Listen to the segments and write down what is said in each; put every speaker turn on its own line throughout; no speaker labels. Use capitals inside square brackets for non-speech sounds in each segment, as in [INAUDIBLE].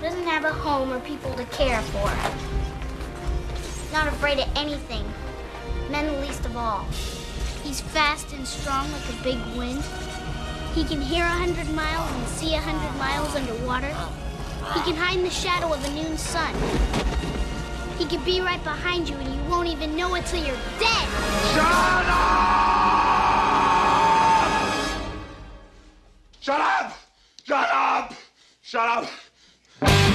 doesn't have a home or people to care for. Not afraid of anything, men least of all. He's fast and strong like a big wind. He can hear a hundred miles and see a hundred miles underwater. He can hide in the shadow of a noon sun. He could be right behind you and you won't even know it till you're dead.
Shut up! Shut up! Shut up! Shut up!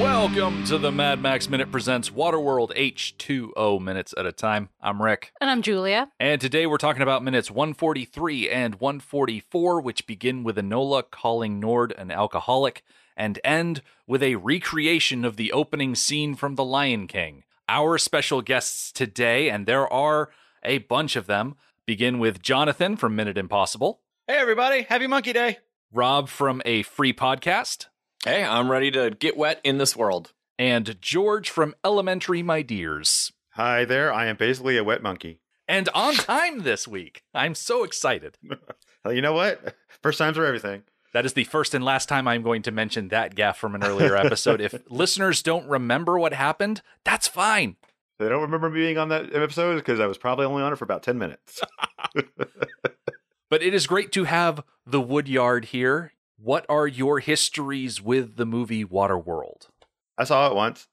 Welcome to the Mad Max Minute Presents Waterworld H2O Minutes at a Time. I'm Rick.
And I'm Julia.
And today we're talking about minutes 143 and 144, which begin with Enola calling Nord an alcoholic and end with a recreation of the opening scene from The Lion King. Our special guests today, and there are a bunch of them, begin with Jonathan from Minute Impossible,
Hey, everybody. Happy Monkey Day.
Rob from a free podcast,
Hey, I'm ready to get wet in this world.
and George from Elementary My Dears.
Hi there, I am basically a wet monkey.
and on time this week. I'm so excited.
Uh, You know what? [LAUGHS] First times are everything.
That is the first and last time I'm going to mention that gaff from an earlier episode. if listeners don't remember what happened, that's fine.
They don't remember me being on that episode because I was probably only on it for about 10 minutes.
[LAUGHS]
But it is great to have the Woodyard here. What are your histories with the movie Waterworld?
I saw it once.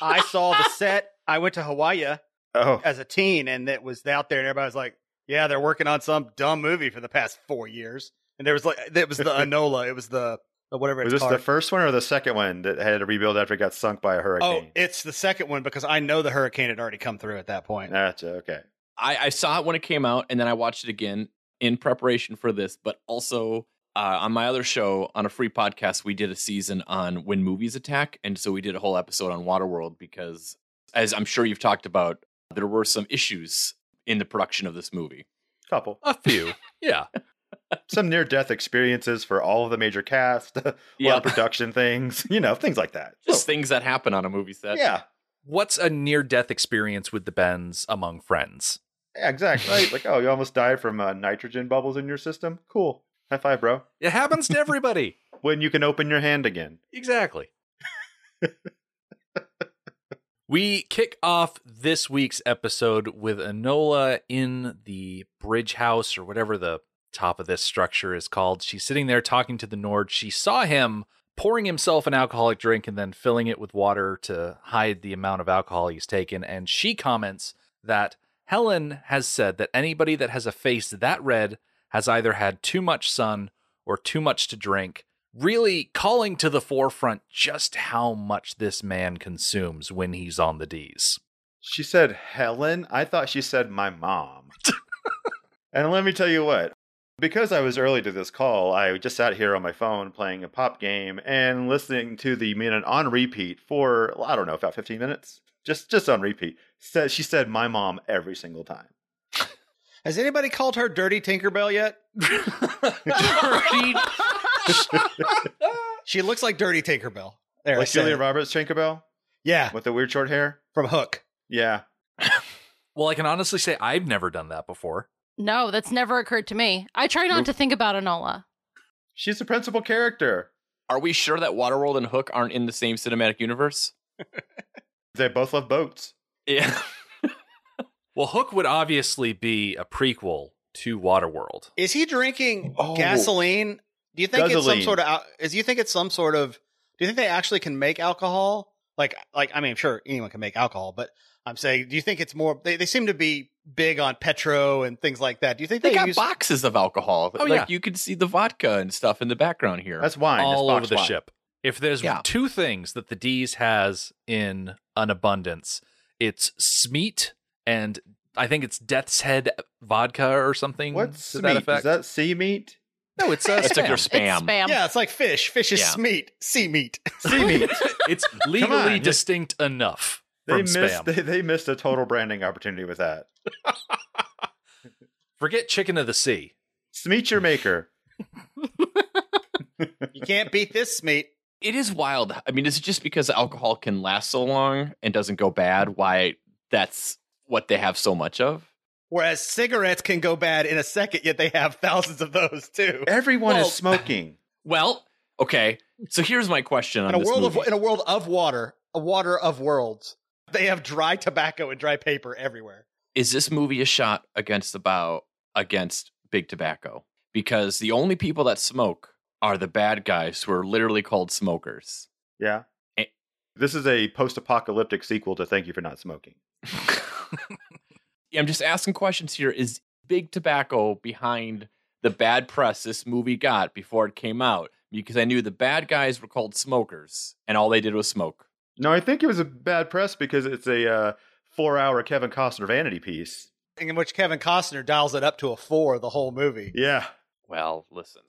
I saw the set. I went to Hawaii
Oh,
as a teen, and it was out there, and everybody was like, "Yeah, they're working on some dumb movie for the past four years." And there was like,
[LAUGHS]
it was the Anola. It was the, the whatever it's
was this
called.
the first one or the second one that had to rebuild after it got sunk by a
oh,
hurricane?
it's the second one because I know the hurricane had already come through at that point.
Gotcha, okay.
I, I saw it when it came out, and then I watched it again in preparation for this, but also uh, on my other show, on a free podcast, we did a season on when movies attack. And so we did a whole episode on Waterworld because, as I'm sure you've talked about, there were some issues in the production of this movie. [LAUGHS]
Couple.
A few. yeah.
Some near death experiences for all of the major cast, [LAUGHS] a lot
Yeah.
of production things, [LAUGHS] you know, things like that.
Just things that happen on a movie set.
yeah,
What's a near death experience with the Bens among friends?
yeah, exactly.
[LAUGHS]
Right? Like, oh, you almost died from uh, nitrogen bubbles in your system? Cool. High five, bro.
It happens to everybody.
When you can open your hand again.
Exactly. we kick off this week's episode with Enola in the bridge house or whatever the top of this structure is called. She's sitting there talking to the Nord. She saw him pouring himself an alcoholic drink and then filling it with water to hide the amount of alcohol he's taken. And she comments that Helen has said that anybody that has a face that red has either had too much sun or too much to drink really calling to the forefront just how much this man consumes when he's on the D's.
She said Helen. I thought she said my mom. and let me tell you what. Because I was early to this call, I just sat here on my phone playing a pop game and listening to the minute on repeat for I don't know about 15 minutes. Just just on repeat. Said she said my mom every single time.
Has anybody called her Dirty Tinkerbell yet?
Dirty-
She looks like Dirty Tinkerbell. There, I
Like
said
Julia
it.
Roberts Tinkerbell
Yeah,
with the weird short hair.
from Hook.
Yeah.
well, I can honestly say I've never done that before.
No, that's never occurred to me. I try not to think about Anola.
She's the principal character.
Are we sure that Waterworld and Hook aren't in the same cinematic universe?
They both love boats.
Yeah.
Well, Hook would obviously be a prequel to Waterworld.
Is he drinking
Oh.
gasoline? Do you think it's some
Guzzling.
sort of al- is you think it's some sort of do you think they actually can make alcohol? Like like I mean sure anyone can make alcohol, but I'm saying do you think it's more they, they seem to be big on petro and things like that. Do you think
[LAUGHS]
they,
They, got
use
boxes of alcohol.
Oh,
like
yeah.
you can see the vodka and stuff in the background here.
That's wine. That's
All
box
over the
wine.
ship. If there's
Yeah.
two things that the D's has in an abundance, it's Smeat and I think it's Death's Head vodka or something
What's
to that
meat?
effect.
Is that sea meat?
no,
[LAUGHS]
it's uh,
It's like
Spam.
your spam.
It's spam.
Yeah, it's like fish. Fish is
Yeah.
meat, sea
[LAUGHS]
meat.
Sea meat.
It's legally
on.
distinct enough
[LAUGHS] They
from
missed
spam.
they, they missed a total branding opportunity with that.
Forget Chicken of the Sea.
Smeet your maker.
[LAUGHS] You can't beat this meat.
It is wild. I mean, is it just because alcohol can last so long and doesn't go bad? Why that's what they have so much of?
Whereas cigarettes can go bad in a second, yet they have thousands of those too.
Everyone
Well-
is smoking.
Well, okay. So here's my question on
In a
this
world
movie.
of in a world of water, a water of worlds, they have dry tobacco and dry paper everywhere.
is this movie a shot against the bow against big tobacco? Because the only people that smoke are the bad guys who are literally called smokers.
Yeah.
Eh.
This is a post apocalyptic sequel to Thank You for Not Smoking.
Yeah, I'm just asking questions here. Is big tobacco behind the bad press this movie got before it came out? Because I knew the bad guys were called smokers and all they did was smoke.
No, I think it was a bad press because it's a uh, four hour Kevin Costner vanity piece.
In which Kevin Costner dials it up to a four the whole movie.
Yeah.
Well, listen.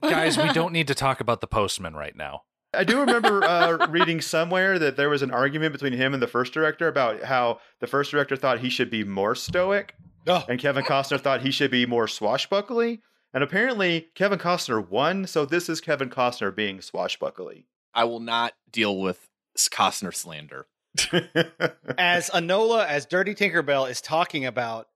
Guys,
[LAUGHS]
we don't need to talk about the postman right now.
I do
[LAUGHS]
remember uh, reading somewhere that there was an argument between him and the first director about how the first director thought he should be more stoic
Oh,
and Kevin Costner thought he should be more swashbuckly. And apparently, Kevin Costner won, so this is Kevin Costner being swashbuckly.
I will not deal with Costner slander. [LAUGHS]
as Anola, as Dirty Tinkerbell is talking about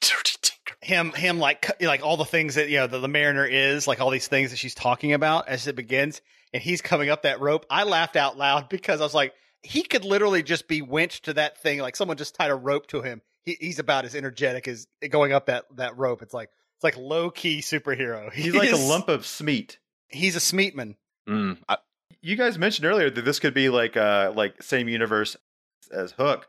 Dirty Tinker.
him, him like cu- like all the things that you know the, the Mariner is like all these things that she's talking about as it begins, and he's coming up that rope. I laughed out loud [LAUGHS] because I was like, he could literally just be winched to that thing. Like someone just tied a rope to him. He, he's about as energetic as going up that that rope. It's like it's like low key superhero.
He's like a
He's-
lump of smeat.
He's a smeatman.
Mm, I-
You guys mentioned earlier that this could be like uh like same universe as Hook.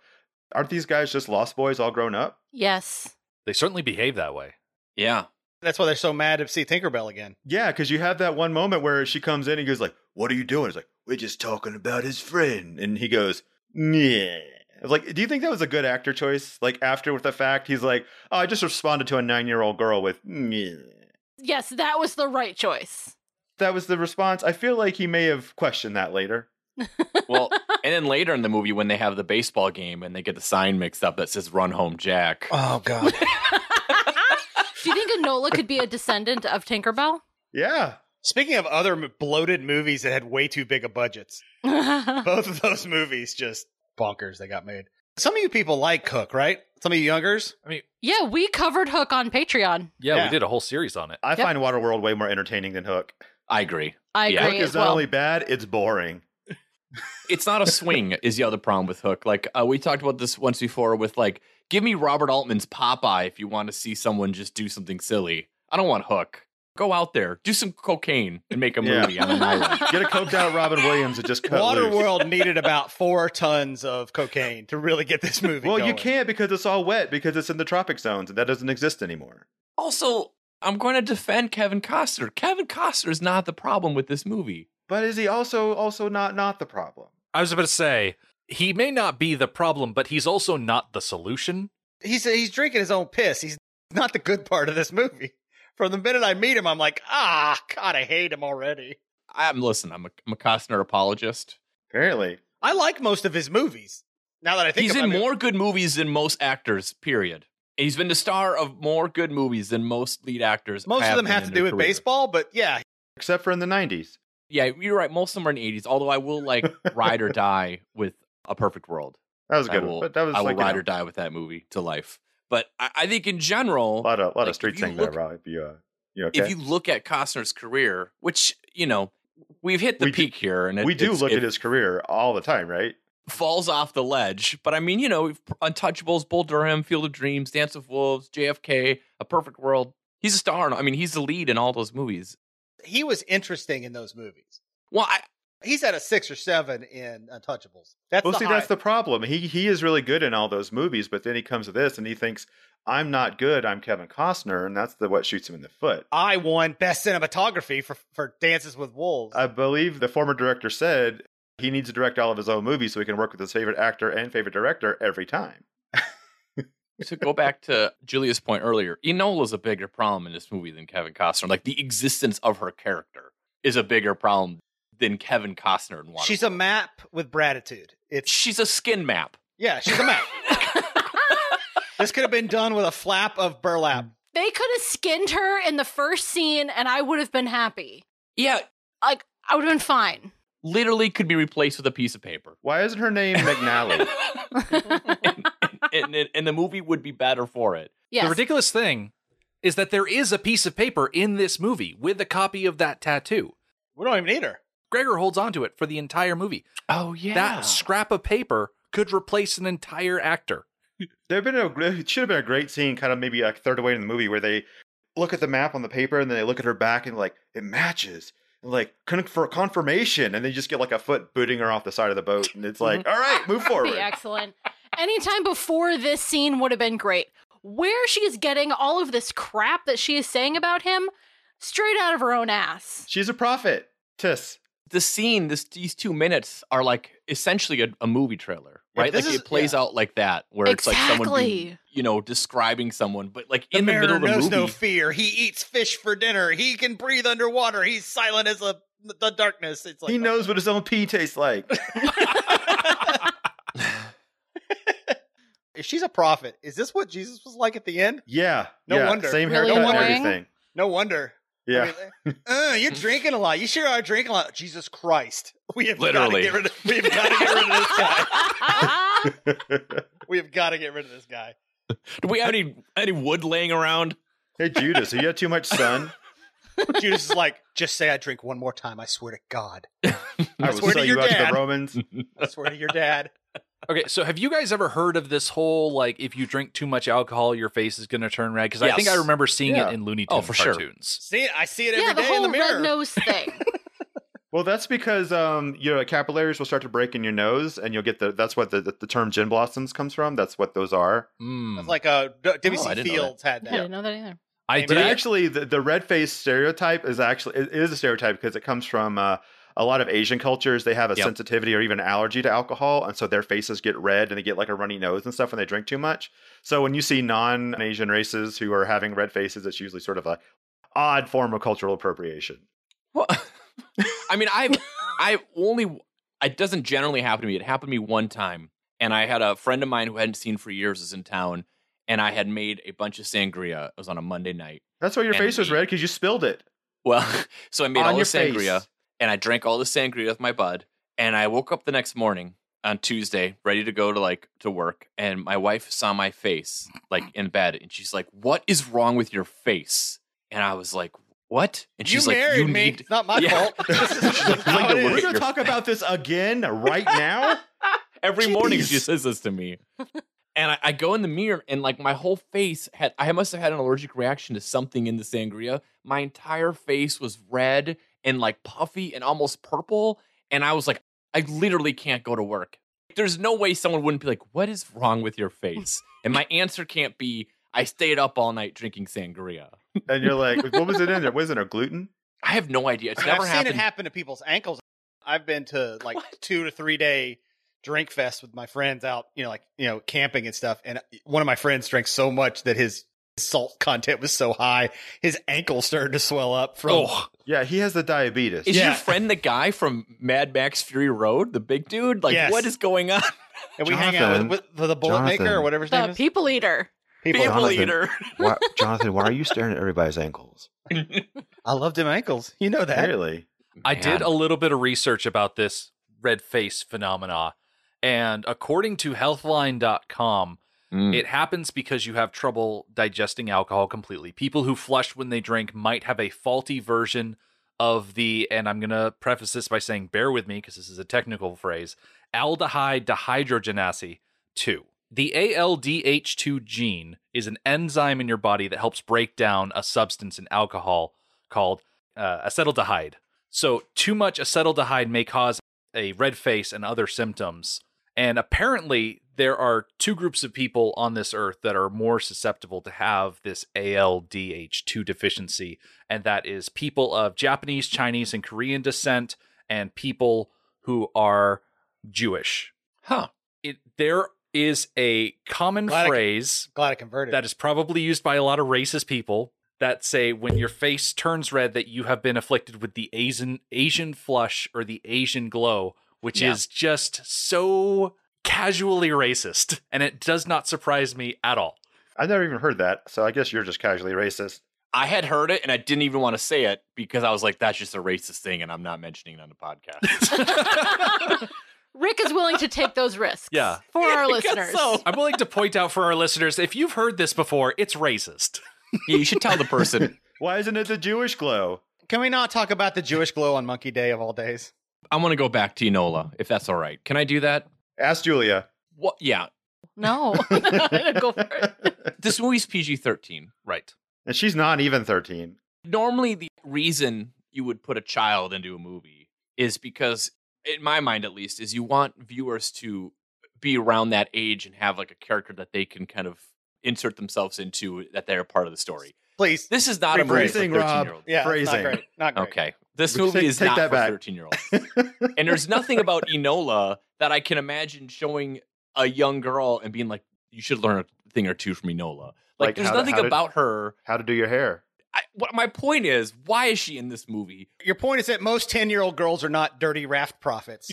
Aren't these guys just lost boys all grown up?
yes.
They certainly behave that way.
yeah.
That's why they're so mad to see Tinkerbell again.
Yeah, because you have that one moment where she comes in and goes like, "What are you doing?" It's like we're just talking about his friend, and he goes, "Yeah." I was like, do you think that was a good actor choice? Like after with the fact, he's like, "Oh, I just responded to a nine-year-old girl with." "Yeah."
Yes, that was the right choice.
That was the response. I feel like he may have questioned that later.
Well, and then later in the movie when they have the baseball game and they get the sign mixed up that says "Run Home Jack."
Oh god.
Do you think Enola could be a descendant of Tinkerbell? [LAUGHS]
Yeah,
Speaking of other m- bloated movies that had way too big of budgets, both of those movies just bonkers they got made. Some of you people like Cook, right? Some of you youngers.
yeah, we covered Hook on Patreon.
Yeah,
Yeah.
we did a whole series on it.
I
Yep.
find Waterworld way more entertaining than Hook.
I agree.
I
Yeah.
agree
Hook is
as
not
well.
only bad, it's boring.
It's not a swing
[LAUGHS]
is the other problem with Hook. Like uh, we talked about this once before with like, give me Robert Altman's Popeye if you want to see someone just do something silly. I don't want Hook. Go out there, do some cocaine, and make a
Yeah.
movie
[LAUGHS]
on an island.
Get a coked out Robin Williams and just cut loose.
Waterworld needed about four tons of cocaine to really get this movie.
Well, you
going.
can't because it's all wet because it's in the tropic zones and that doesn't exist anymore.
Also, I'm going to defend Kevin Costner. Kevin Costner is not the problem with this movie.
But is he also also not not the problem?
I was about to say, he may not be the problem, but he's also not the solution.
He's he's drinking his own piss. He's not the good part of this movie. From the minute I meet him, I'm like, ah, God, I hate him already.
I'm listen. I'm a, I'm a Costner apologist.
Apparently,
I like most of his movies. Now that I think
he's
about
in
it-
more good movies than most actors. Period. He's been the star of more good movies than most lead actors.
Most of them
been
have
in
to
their
do with
career.
baseball, but yeah,
except for in the nineties.
Yeah, you're right. Most of them are in the 80s. Although I will like
[LAUGHS]
Ride or Die with A Perfect World.
That was a
I
good.
will,
one, but that was
I will
like you
Ride
know,
or Die with that movie to life. But I, I think in general,
a lot of lot
Like,
of
if
street
you
saying
look-
that, Rob. If you, uh, you okay?
if you look at Costner's career, which you know we've hit the
We do-
peak here, and it,
we do
it's-
look
it
at his career all the time, right?
falls off the ledge. But I mean, you know, Untouchables, Bull Durham, Field of Dreams, Dance of Wolves, JFK, A Perfect World. He's a star. in- I mean, he's the lead in all those movies.
he was interesting in those movies.
Well, I,
He's at a six or seven in Untouchables. That's
well,
the
see,
high.
that's the problem. He he is really good in all those movies, but then he comes to this and he thinks, "I'm not good. I'm Kevin Costner," and that's the what shoots him in the foot.
I won best cinematography for for Dances with Wolves.
I believe the former director said he needs to direct all of his own movies so he can work with his favorite actor and favorite director every time.
to go back to Julia's point earlier, Enola's a bigger problem in this movie than Kevin Costner. Like the existence of her character is a bigger problem than Kevin Costner in one.
she's a map with Bratitude.
[LAUGHS]
It's
she's a skin map.
yeah, she's a map. This could have been done with a flap of burlap.
They could have skinned her in the first scene and I would have been happy.
Yeah,
Like, I would have been fine.
literally could be replaced with a piece of
[LAUGHS]
paper.
Why isn't
[LAUGHS]
her name McNally?
and, and, and the movie would be better for it.
yes.
The ridiculous thing is that there is a piece of paper in this movie with a copy of that tattoo.
We don't even need her.
Gregor holds onto it for the entire movie.
Oh yeah,
That scrap of paper could replace an entire actor.
There'd been a gr- it should have been a great scene, kind of maybe like third away in the movie, where they look at the map on the paper and then they look at her back and like it matches, and like con- for confirmation, and they just get like a foot booting her off the side of the boat, and it's like,
Mm-hmm.
all right,
[LAUGHS]
move
That'd
forward.
be excellent. Anytime before this scene would have been great. Where she is getting all of this crap that she is saying about him straight out of her own
[LAUGHS]
ass.
She's a prophet. Tiss.
the scene, this these two minutes are like essentially a, a movie trailer,
Yeah,
right?
this
like
is-
it plays out like that, where it's like someone, be,
Exactly.
you know, describing someone, but like
The
in the middle
mariner
of the
knows
movie.
no fear. He eats fish for dinner. He can breathe underwater. He's silent as a, the darkness. It's like
he knows what his own pee tastes
[LAUGHS]
like.
If she's a prophet, is this what Jesus was like at the end?
yeah.
No
yeah,
wonder.
Same
Really
haircut and
annoying.
everything.
No wonder.
Yeah.
I mean, uh, you're drinking a lot. You sure are drinking a lot. Jesus Christ. We have
Literally.
Gotta get rid of, we have got to get rid of this guy. We have got to get rid of this guy.
Do we have any any wood laying around?
hey Judas, have you had too much sun?
[LAUGHS] Judas is like, just say I drink one more time. I swear to God.
I
swear
will
to
sell
your
you out to
dad.
the Romans.
I swear to your dad.
Okay, so have you guys ever heard of this whole like if you drink too much alcohol, your face is going to turn red? Because I think
Yes.
I remember seeing
Yeah.
it in Looney
Oh,
Tunes
for sure.
cartoons.
See it? I see it every day
yeah, the
in
whole
the mirror.
red nose thing.
Well, that's because um, your capillaries will start to break in your nose, and you'll get the. That's what the, the, the term gin blossoms comes from. That's what those are.
Mm.
It's like uh, D-
Oh, I
WC
didn't know
Fields had
I
that.
didn't know that either.
I
But
did
But actually, the, the red face stereotype is actually it is a stereotype because it comes from uh, a lot of Asian cultures. They have a
Yep.
sensitivity or even allergy to alcohol, and so their faces get red and they get like a runny nose and stuff when they drink too much. So when you see non-Asian races who are having red faces, it's usually sort of a odd form of cultural appropriation.
Well, [LAUGHS] I mean, I've I've only it doesn't generally happen to me. It happened to me one time, and I had a friend of mine who I hadn't seen for years was in town, and I had made a bunch of sangria. It was on a Monday night.
That's why your
And
face was
meat.
red because you spilled it
Well, [LAUGHS] so I made
on
all the
your
sangria.
face.
and I drank all the sangria with my bud. And I woke up the next morning on Tuesday, ready to go to like to work, and my wife saw my face like in bed, and she's like, "What is wrong with your face?" And I was like, "What?" And she's
you
like,
married
"You
me.
need."
It's not my
Yeah.
fault.
[LAUGHS]
This is
She's like,
how
"Look
it
at
is.
what
We're
your
gonna talk about this again right now.
[LAUGHS] Every morning
Jeez.
she says this to
[LAUGHS]
me. And I, I go in the mirror and like my whole face had I must have had an allergic reaction to something in the sangria. My entire face was red and like puffy and almost purple. And I was like, I literally can't go to work. There's no way someone wouldn't be like, What is wrong with your face? And my answer can't be, I stayed up all night drinking sangria.
and you're like, what was it in there? Wasn't it gluten?
I have no idea. It's
I've
never
seen it
happened.
happen to people's ankles. I've been to like two to three day drink fest with my friends out, you know, like you know, camping and stuff. And uh, one of my friends drank so much that his salt content was so high, his ankle started to swell up from.
Oh,
Yeah, he has the diabetes.
is
Yeah.
your friend the guy from Mad Max Fury Road, the big dude? Like,
Yes.
what is going on?
and we hang out
Jonathan.
with, with the bullet maker or
Jonathan.
whatever his name
The
is.
people eater.
People-
Jonathan.
People eater.
[LAUGHS] why, Jonathan, why are you staring at everybody's ankles?
I loved him ankles. You know that.
Really?
I did
Man.
a little bit of research about this red face phenomena, and according to Healthline.com,
Mm.
It happens because you have trouble digesting alcohol completely. People who flush when they drink might have a faulty version of the, and I'm going to preface this by saying, bear with me because this is a technical phrase aldehyde dehydrogenase 2. The ALDH2 gene is an enzyme in your body that helps break down a substance in alcohol called uh, acetaldehyde. So, too much acetaldehyde may cause a red face and other symptoms. And apparently, there are two groups of people on this earth that are more susceptible to have this ALDH2 deficiency, and that is people of Japanese, Chinese, and Korean descent, and people who are Jewish.
Huh.
It, there is a common
Glad I-
phrase
Glad I converted.
that is probably used by a lot of racist people that say when your face turns red that you have been afflicted with the Asian Asian flush or the Asian glow, which
Yeah.
is just so casually racist, and it does not surprise me at all.
I've never even heard that, so I guess you're just casually racist.
I had heard it and I didn't even want to say it because I was like, that's just a racist thing and I'm not mentioning it on the podcast.
Rick is willing to take those risks.
Yeah.
For our
I guess
listeners.
so.
I'm willing to point out for our listeners if you've heard this before, it's racist.
Yeah, you should tell the person.
Why isn't it the Jewish glow?
Can we not talk about the Jewish glow on Monkey Day of all days?
I'm going to go back to Enola, if that's all right. Can I do that?
Ask
[LAUGHS]
Julia. [LAUGHS]
What? Yeah.
No. [LAUGHS] Go for it.
This movie's PG 13.
Right.
And she's not even 13.
normally the reason you would put a child into a movie is because in my mind at least is you want viewers to be around that age and have like a character that they can kind of insert themselves into that they're a part of the story
Please.
this is not a movie for
Rephrasing,
13
Rob.
year olds
Yeah. it's
Phrasing.
Not great. Not great.
okay this
Take-
movie is
take
not
that
for
back.
13 year olds and there's nothing
[LAUGHS]
about enola that i can imagine showing a young girl and being like you should learn a thing or two from enola like,
Like
there's
how to-
nothing
how to-
about her
[LAUGHS] How to do your hair.
I, what my point is why is she in this movie [LAUGHS]
Your point is that most 10 year old girls are not dirty raft prophets.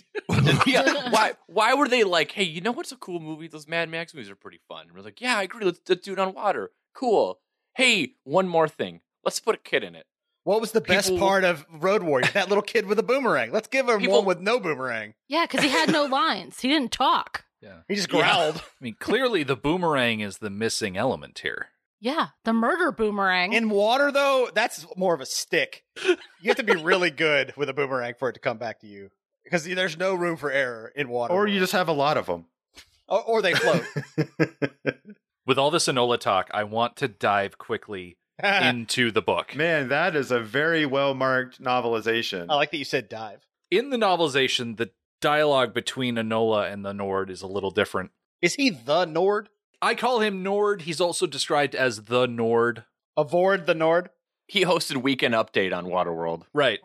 yeah.
[LAUGHS]
Why? Why were they like, hey, you know what's a cool movie? Those Mad Max movies are pretty fun. And we're like, yeah, I agree. Let's, let's do it on water. Cool. Hey, one more thing. Let's put a kid in it.
What was the best
People-
part of Road Warrior? That little kid with a boomerang. Let's give him
People-
one with no boomerang.
Yeah, because he had no lines. He didn't talk.
He just
Yeah. [LAUGHS]
growled
I mean, clearly the boomerang is the missing element here.
Yeah, the murder boomerang.
in water, though. That's more of a stick. You have to be really good with a boomerang for it to come back to you because there's no room for error in water.
Or you just have a lot of them.
or, [LAUGHS] or they
[LAUGHS]
float.
With all this Enola talk, I want to dive quickly into the book.
Man, that is a very well marked novelization.
I like that you said dive.
In the novelization, the dialogue between Enola and the Nord is a little different.
Is he the Nord?
I call him Nord. He's also described as the Nord.
Avoid the Nord?
He hosted Weekend Update on Waterworld.
Right.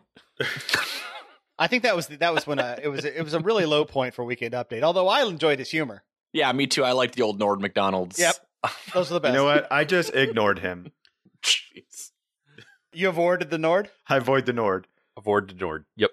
I think that was that was when uh, it was it was a really low point for Weekend Update. Although I enjoyed his humor.
Yeah, me too. I like the old Nord McDonald's.
Yep. Those are the
you
best.
know what? I just ignored him.
[LAUGHS] Jeez.
You avoided the Nord.
I void the Nord.
Avoid the Nord. Yep.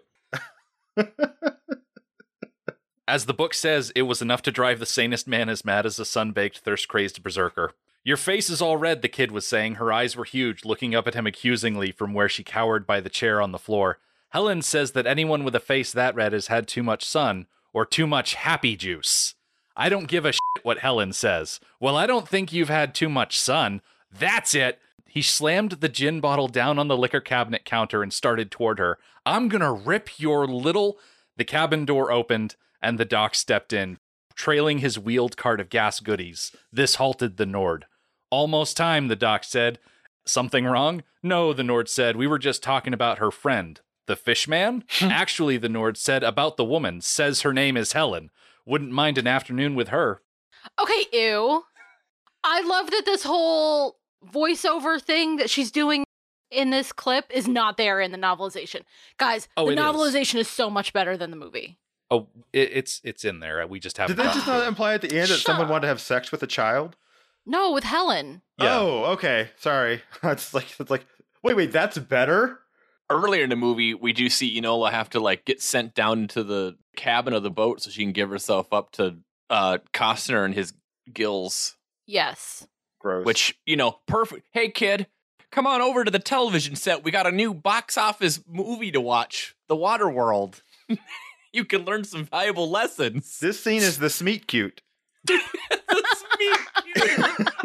as the book says, it was enough to drive the sanest man as mad as a sun-baked, thirst-crazed berserker. Your face is all red, the kid was saying. Her eyes were huge, looking up at him accusingly from where she cowered by the chair on the floor. Helen says that anyone with a face that red has had too much sun or too much happy juice. I don't give a shit what Helen says. Well, I don't think you've had too much sun. That's it. He slammed the gin bottle down on the liquor cabinet counter and started toward her. I'm going to rip your little. The cabin door opened and the doc stepped in, trailing his wheeled cart of gas goodies. This halted the Nord. Almost time, the doc said. Something wrong? No, the Nord said. We were just talking about her friend. The fish
[LAUGHS]
man? Actually, the Nord said about the woman, says her name is Helen. Wouldn't mind an afternoon with her.
Okay, ew. I love that this whole voiceover thing that she's doing in this clip is not there in the novelization. Guys,
Oh,
the
it is.
novelization is. so much better than the movie.
Oh, it, it's it's in there. We just
Did
haven't.
they just
gotten to
not
it.
imply at the end that
Shut
someone
up.
wanted to have sex with a child?
No, with Helen.
Yeah.
Oh, okay. Sorry. [LAUGHS] it's like it's like wait, wait, that's better?
Earlier in the movie, we do see Enola have to like get sent down into the cabin of the boat so she can give herself up to uh Costner and his gills.
Yes.
Gross.
which you know perfect hey kid come on over to the television set we got a new box office movie to watch the water world [LAUGHS] you can learn some valuable lessons [LAUGHS]
this scene is the smeat cute.
That's me.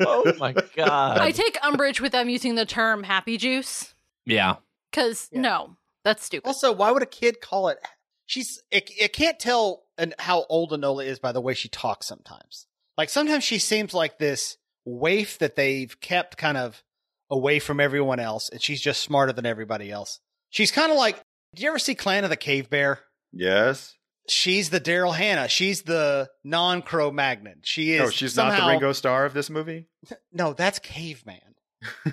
oh my god
I take umbrage with them using the term happy juice
yeah
because
Yeah.
no, that's stupid.
Also, why would a kid call it? She's it, it can't tell an, how old Enola is by the way she talks sometimes. Like sometimes she seems like this waif that they've kept kind of away from everyone else, and she's just smarter than everybody else. She's kind of like, did you ever see Clan of the Cave Bear?
Yes.
She's the Daryl Hannah. She's the non Cro Magnon. She is.
No, Oh, she's not
somehow-
the Ringo Star of this movie.
No,
[LAUGHS]
that's Caveman.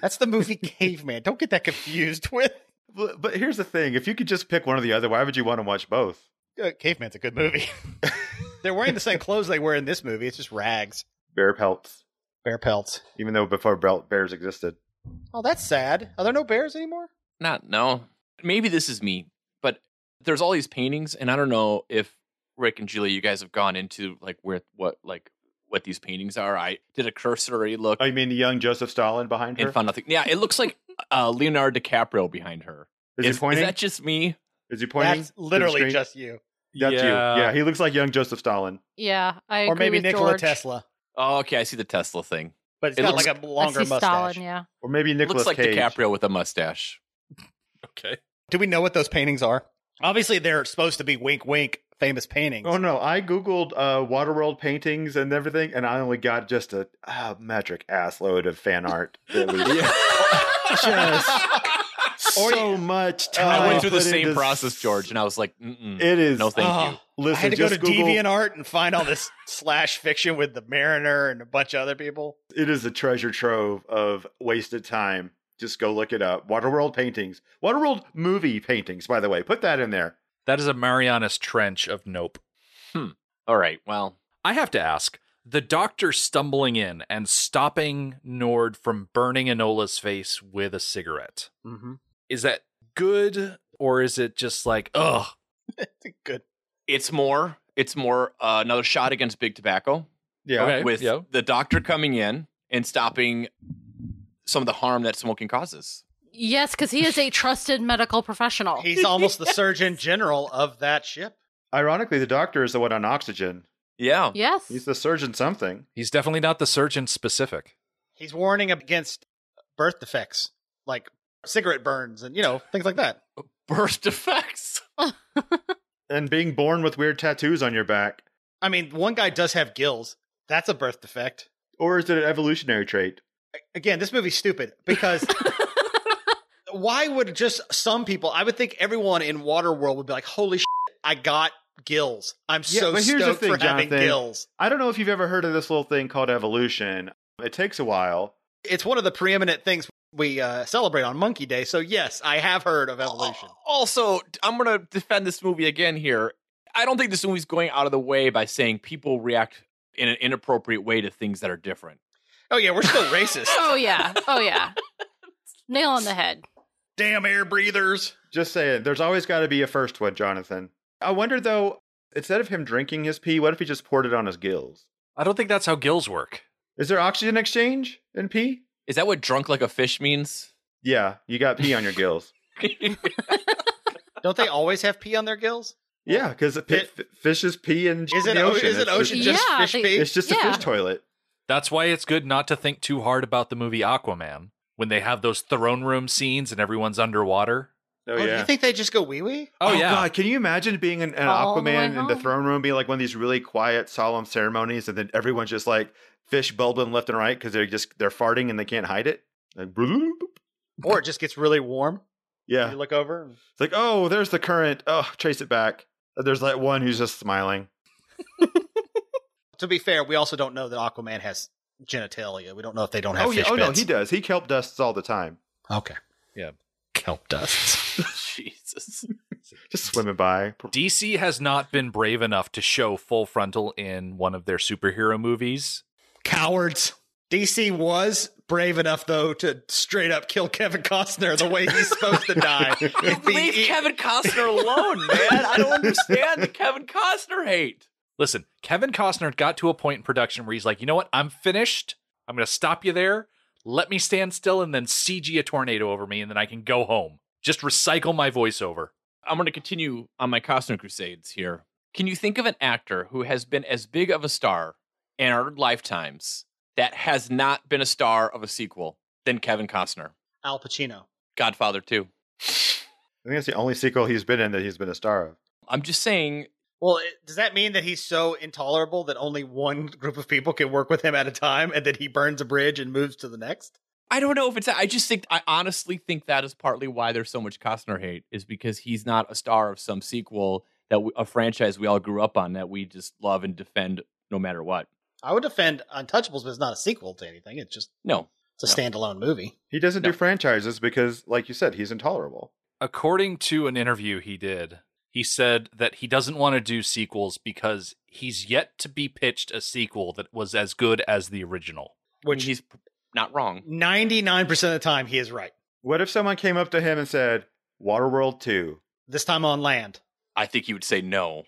That's the movie Caveman. Don't get that confused with.
But but here's the thing: if you could just pick one or the other, why would you want to watch both? [LAUGHS]
Uh, Caveman's a good movie. They're wearing the same clothes they wear in this movie. It's just rags,
Bear pelts,
bear pelts.
even though before belt bears existed.
Oh, that's sad. Are there no bears anymore?
not no maybe this is me but there's all these paintings and i don't know if Rick and Julie, you guys have gone into like where what like what these paintings are. I did a cursory look
Oh, you mean the young Joseph Stalin behind her?
and found nothing. Yeah, it looks like uh, Leonardo DiCaprio behind her.
Is, he pointing?
Is that just me?
is he pointing?
That's
to the
literally
screen?
just you,
That's
yeah.
you. Yeah, he looks like young Joseph Stalin.
Yeah, I agree
or maybe
with
Nikola
George.
Tesla,
Oh, okay. I see the Tesla thing.
but it's
It
got
looks-
like a
I
longer
see
mustache.
Stalin. Yeah,
Or maybe Nicholas
looks like
Cage.
DiCaprio with a
[LAUGHS]
mustache.
Okay.
Do we know what those paintings are? Obviously, they're supposed to be wink, wink, famous paintings.
Oh no, I googled uh, Waterworld paintings and everything, and I only got just a uh, metric ass load of fan art. It
[LAUGHS]
was
[LAUGHS]
just
Or
so much time.
I went through the
put
same
into-
process, George, and I was like, Mm-mm.
It is.
no, thank
Oh,
you.
Listen,
I had to go
just
to
Google,
DeviantArt and find all this [LAUGHS] slash fiction with the Mariner and a bunch of other people.
It is a treasure trove of wasted time. Just go look it up. Waterworld paintings. Waterworld movie paintings, by the way. Put that in there.
That is a Marianas Trench of nope.
Oh.
All right. Well,
I have to ask the doctor stumbling in and stopping Nord from burning Enola's face with a cigarette.
Mm-hmm.
Is that good or is it just like, ugh?
Good.
[LAUGHS]
it's more. It's more uh, another shot against big tobacco
Yeah.
Okay.
with
yeah.
the doctor coming in and stopping some of the harm that smoking causes.
yes, because he is a trusted medical professional.
He's almost the Surgeon General of that ship.
Ironically, the doctor is the one on oxygen.
Yeah.
yes,
He's the surgeon something.
He's definitely not the surgeon specific.
He's warning against birth defects, like cigarette burns and you know things like that.
Burst effects.
And being born with weird tattoos on your back.
I mean, one guy does have gills. That's a birth defect.
Or is it an evolutionary trait?
Again, this movie's stupid
[LAUGHS]
because why would just some people? I would think everyone in Waterworld would be like, "Holy shit, I got gills! I'm
Yeah,
so
but here's the
stoked
thing,
for having
Jonathan.
gills."
I don't know if you've ever heard of this little thing called evolution. It takes a while.
It's one of the preeminent things we uh, celebrate on Monkey Day. So yes, I have heard of evolution.
Also, I'm going to defend this movie again here. I don't think this movie's going out of the way by saying people react in an inappropriate way to things that are different.
Oh yeah, we're still
[LAUGHS]
racist.
oh yeah, oh yeah, nail on the head.
Damn air breathers.
Just saying, there's always got to be a first one, Jonathan. I wonder though, instead of him drinking his pee, what if he just poured it on his gills?
I don't think that's how gills work.
Is there oxygen exchange in pee?
Is that what drunk like a fish means?
Yeah, you got pee on your
[LAUGHS]
gills.
Don't they always have pee on their gills?
Yeah, because
It-
fishes pee in
Is it
the ocean.
is it
It's
ocean
Just,
just
Yeah,
fish
they-
pee?
it's just
Yeah.
a fish toilet.
That's why it's good not to think too hard about the movie Aquaman when they have those throne room scenes and everyone's underwater.
Oh,
Oh,
yeah.
You think they just go wee wee?
Oh, yeah.
God, can you imagine being an, an
All the way
Aquaman in the
home.
throne room, being like one of these really quiet, solemn ceremonies, and then everyone's just like fish bulbing left and right because they're just they're farting and they can't hide it. Like, bloop.
Or it just gets really warm.
yeah,
You look over. And...
it's like oh, there's the current. Oh, trace it back. There's that one who's just smiling.
To be fair, we also don't know that Aquaman has genitalia. We don't know if they don't have
Oh yeah,
fish
oh no,
beds.
he does. He kelp dusts all the time,
Okay.
Yeah.
Kelp dust.
[LAUGHS] Jesus.
just swimming by.
DC has not been brave enough to show full frontal in one of their superhero movies.
Cowards. DC was brave enough though to straight up kill Kevin Costner the way he's supposed to [LAUGHS] die. If he-
Leave Kevin Costner alone, man. I don't understand the Kevin Costner hate.
Listen, Kevin Costner got to a point in production where he's like, you know what? I'm finished. I'm going to stop you there. Let me stand still and then CG a tornado over me, and then I can go home. Just recycle my voiceover.
I'm going to continue on my Costner crusades here. Can you think of an actor who has been as big of a star in our lifetimes that has not been a star of a sequel than Kevin Costner?
Al Pacino.
Godfather 2.
I think that's the only sequel he's been in that he's been a star of.
I'm just saying,
Well, it- does that mean that he's so intolerable that only one [LAUGHS] group of people can work with him at a time and that he burns a bridge and moves to the next?
I don't know if it's, I just think, I honestly think that is partly why there's so much Costner hate, is because he's not a star of some sequel that we, a franchise we all grew up on that we just love and defend no matter what.
I would defend Untouchables, but it's not a sequel to anything. It's just
No,
it's a standalone movie.
He doesn't
No.
do franchises because, like you said, he's intolerable.
According to an interview he did, he said that he doesn't want to do sequels because he's yet to be pitched a sequel that was as good as the original.
Which
he's p- not wrong.
99% of the time he is right.
What if someone came up to him and said, "Waterworld 2.
This time on land.
[LAUGHS]
I think he would say no.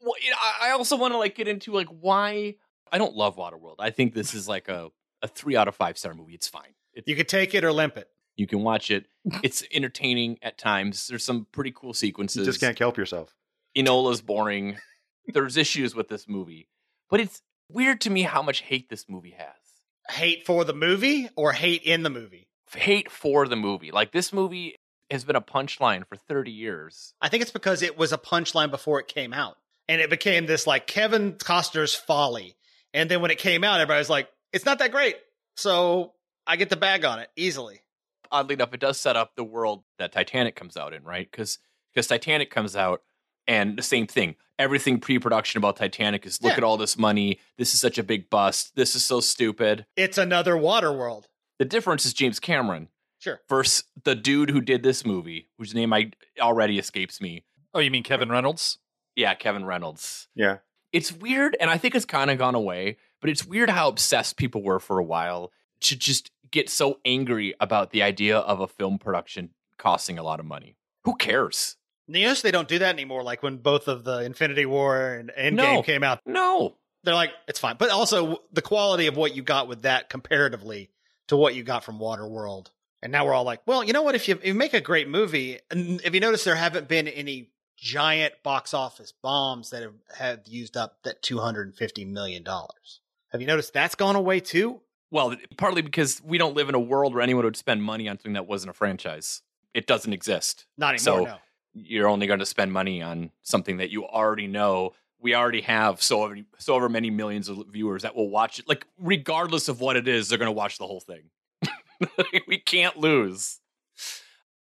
well, you know, I I also want to like get into like why I don't love Waterworld. I think this is like a a three out of five star movie. It's fine. It's,
You could take it or limp it.
you can watch
[LAUGHS]
it. It's entertaining at times. There's some pretty cool
You
sequences.
just can't help yourself.
Enola's boring. There's issues with this movie, but it's weird to me how much hate this movie has.
Hate for the movie or hate in the movie.
hate for the movie. Like this movie has been a punchline for 30 years.
I think it's because it was a punchline before it came out. And it became this like Kevin Costner's folly. And then when it came out, everybody was like, it's not that great. So I get the bag on it easily.
Oddly enough, it does set up the world that Titanic comes out in, right? Because because Titanic comes out and the same thing. Everything pre-production about Titanic is look
Yeah.
at all this money. This is such a big bust. This is so stupid.
It's another water world.
The difference is James Cameron
Sure.
versus the dude who did this movie, whose name I already escapes me.
Oh, you mean Kevin Reynolds?
Yeah, Kevin Reynolds.
Yeah.
it's weird and i think it's kind of gone away but it's weird how obsessed people were for a while to just get so angry about the idea of a film production costing a lot of money who cares
You notice they don't do that anymore. Like when both of the Infinity War and Endgame
No.
came out,
no
they're like, it's fine. But also the quality of what you got with that comparatively to what you got from Waterworld. And now we're all like, well, you know what? If you, if you make a great movie, and if you notice, there haven't been any giant box office bombs that have, have used up that $250 million. Have you noticed that's gone away too?
well partly because we don't live in a world where anyone would spend money on something that wasn't a franchise it doesn't exist
Not anymore.
So-
no.
you're only going to spend money on something that you already know we already have so over, so over many millions of viewers that will watch it like regardless of what it is they're going to watch the whole thing [LAUGHS] we can't lose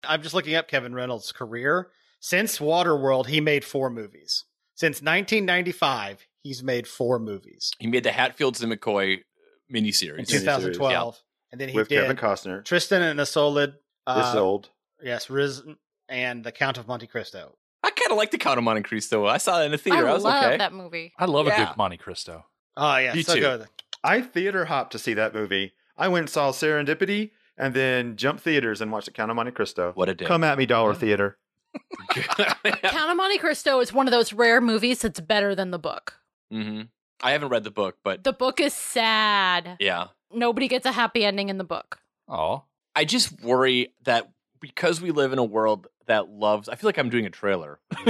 I'm just looking up Kevin Reynolds' career. Since Waterworld, he made four movies. Since 1995, he's made four movies.
He made the Hatfields and McCoy
In
miniseries.
Two-
2012, and then he
With
did
Kevin Costner.
Tristan and Isolde.
This
Uh,
is old.
Yes, Risen and The Count of Monte Cristo.
I kind of like the Count of Monte Cristo. I saw it in the
I
theater. I,
love
was okay.
that movie.
I love a
Yeah.
good Monte Cristo.
Oh yeah,
Me
so
too.
good.
I theater hopped to see that movie. I went and saw Serendipity and then jumped theaters and watched The Count of Monte Cristo.
What a day! [LAUGHS]
Come at me, Dollar Theater.
Count of Monte Cristo is one of those rare movies that's better than the book.
hmm I haven't read the book, but
The book is sad.
yeah,
Nobody gets a happy ending in the book.
Oh,
I just worry that because we live in a world that loves. I feel like I'm doing a trailer [LAUGHS]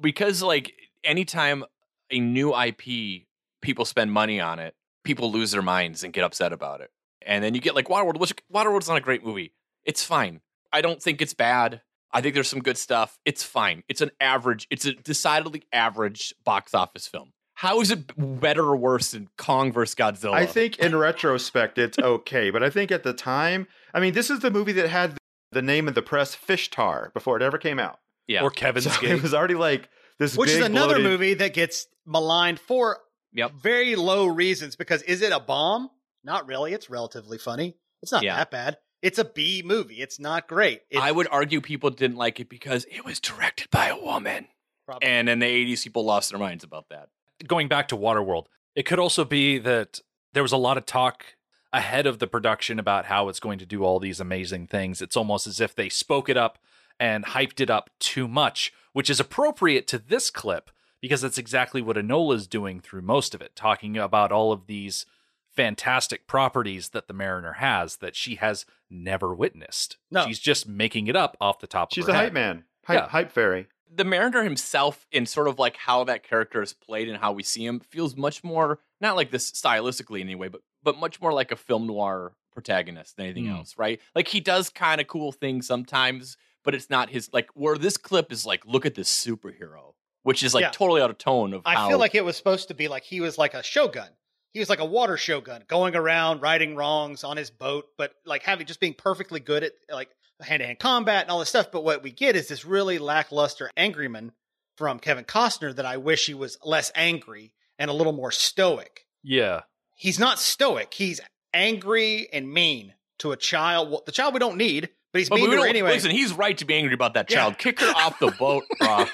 because, like, anytime a new IP, people spend money on it. People lose their minds and get upset about it. And then you get like Waterworld, which Waterworld's not a great movie. It's fine. I don't think it's bad. I think there's some good stuff. It's fine. It's an average, it's a decidedly average box office film. How is it better or worse than Kong versus Godzilla?
I think in retrospect, it's okay. But I think at the time, I mean, this is the movie that had the name in the press Fish Tar before it ever came out.
Yeah.
or Kevin's
So
game.
it was already like this
Which is
big,
another
bloated-
movie that gets maligned for
Yep.
very low reasons because is it a bomb? Not really. It's relatively funny. It's not
Yeah.
that bad. It's a B movie. It's not great. It's
I would argue people didn't like it because it was directed by a woman.
probably-
And in the 80s, people lost their minds about that.
going back to Waterworld, it could also be that there was a lot of talk ahead of the production about how it's going to do all these amazing things. It's almost as if they spoke it up and hyped it up too much, which is appropriate to this clip because that's exactly what Enola's doing through most of it, talking about all of these fantastic properties that the Mariner has that she has never witnessed.
No.
She's just making it up off the top
She's
of her
a
head.
hype man, hype,
Yeah.
hype fairy.
the Mariner himself in sort of like how that character is played and how we see him feels much more not like this stylistically anyway, but but much more like a film noir protagonist than anything
Hmm.
else, right? Like he does kind of cool things sometimes, but it's not his like where this clip is like look at this superhero, which is like
Yeah.
totally out of tone of
I
how
feel like it was supposed to be like he was like a shogun. He was like a water shogun, going around righting wrongs on his boat, but like having just being perfectly good at like hand to hand combat and all this stuff. But what we get is this really lackluster angryman from Kevin Costner that I wish he was less angry and a little more stoic.
Yeah.
He's not stoic. He's angry and mean to a child. Well, the child we don't need, but he's
but
mean
we
to her
don't,
anyway.
listen, he's right to be angry about that
Yeah.
child. Kick her off the [LAUGHS] boat, bro.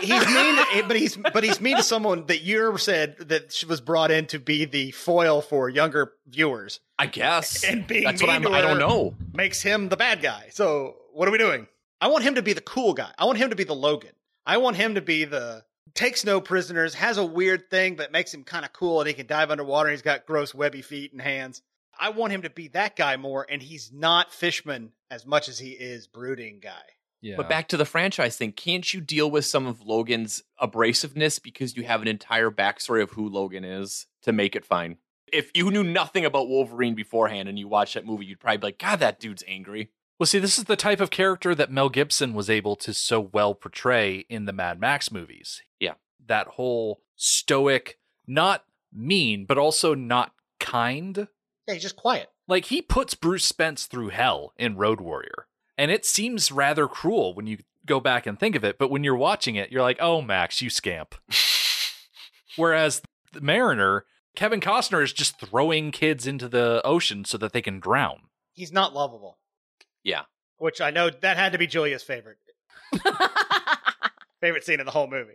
He- he's mean, eh, but he's but he's mean to someone that you said that she was brought in to be the foil for younger viewers,
I guess.
and being
That's what
mean
I'm
to
I don't
her
know.
makes him the bad guy. So what are we doing? I want him to be the cool guy. I want him to be the Logan. I want him to be the takes no prisoners, has a weird thing that makes him kind of cool, and he can dive underwater. And he's got gross webby feet and hands. I want him to be that guy more, and he's not Fishman as much as he is brooding guy.
Yeah.
But back to the franchise thing, can't you deal with some of Logan's abrasiveness because you have an entire backstory of who Logan is to make it fine? If you knew nothing about Wolverine beforehand and you watched that movie, you'd probably be like, God, that dude's angry.
Well, see, this is the type of character that Mel Gibson was able to so well portray in the Mad Max movies.
Yeah.
That whole stoic, not mean, but also not kind.
Yeah, he's just quiet.
Like, he puts Bruce Spence through hell in Road Warrior. And it seems rather cruel when you go back and think of it. But when you're watching it, you're like, oh, Max, you scamp. Whereas the Mariner, Kevin Costner is just throwing kids into the ocean so that they can drown.
He's not lovable.
Yeah.
Which I know that had to be Julia's favorite favorite scene of the whole movie.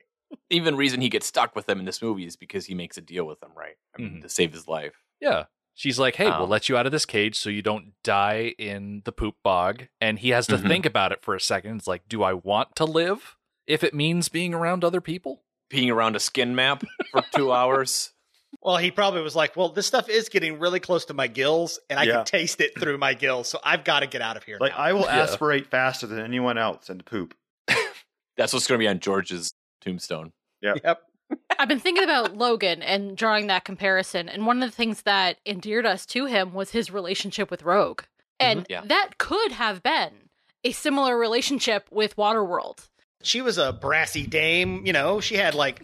Even reason he gets stuck with them in this movie is because he makes a deal with them, right? I mean,
Mhm.
to save his life.
Yeah. She's like, hey, we'll
Um,
let you out of this cage so you don't die in the poop bog. And he has to
Mhm.
think about it for a second. It's like, do I want to live if it means being around other people?
Peeing around a skin map
[LAUGHS]
for two hours.
Well, he probably was like, "Well, this stuff is getting really close to my gills, and I
Yeah.
can taste it through my gills, so I've got to get out of here."
Like
now.
I will
Yeah.
aspirate faster than anyone else and poop.
That's what's going to be on George's tombstone.
yep.
I've been thinking about Logan and drawing that comparison. And one of the things that endeared us to him was his relationship with Rogue. And
Mhm. Yeah.
that could have been a similar relationship with Waterworld.
She was a brassy dame, you know. She had like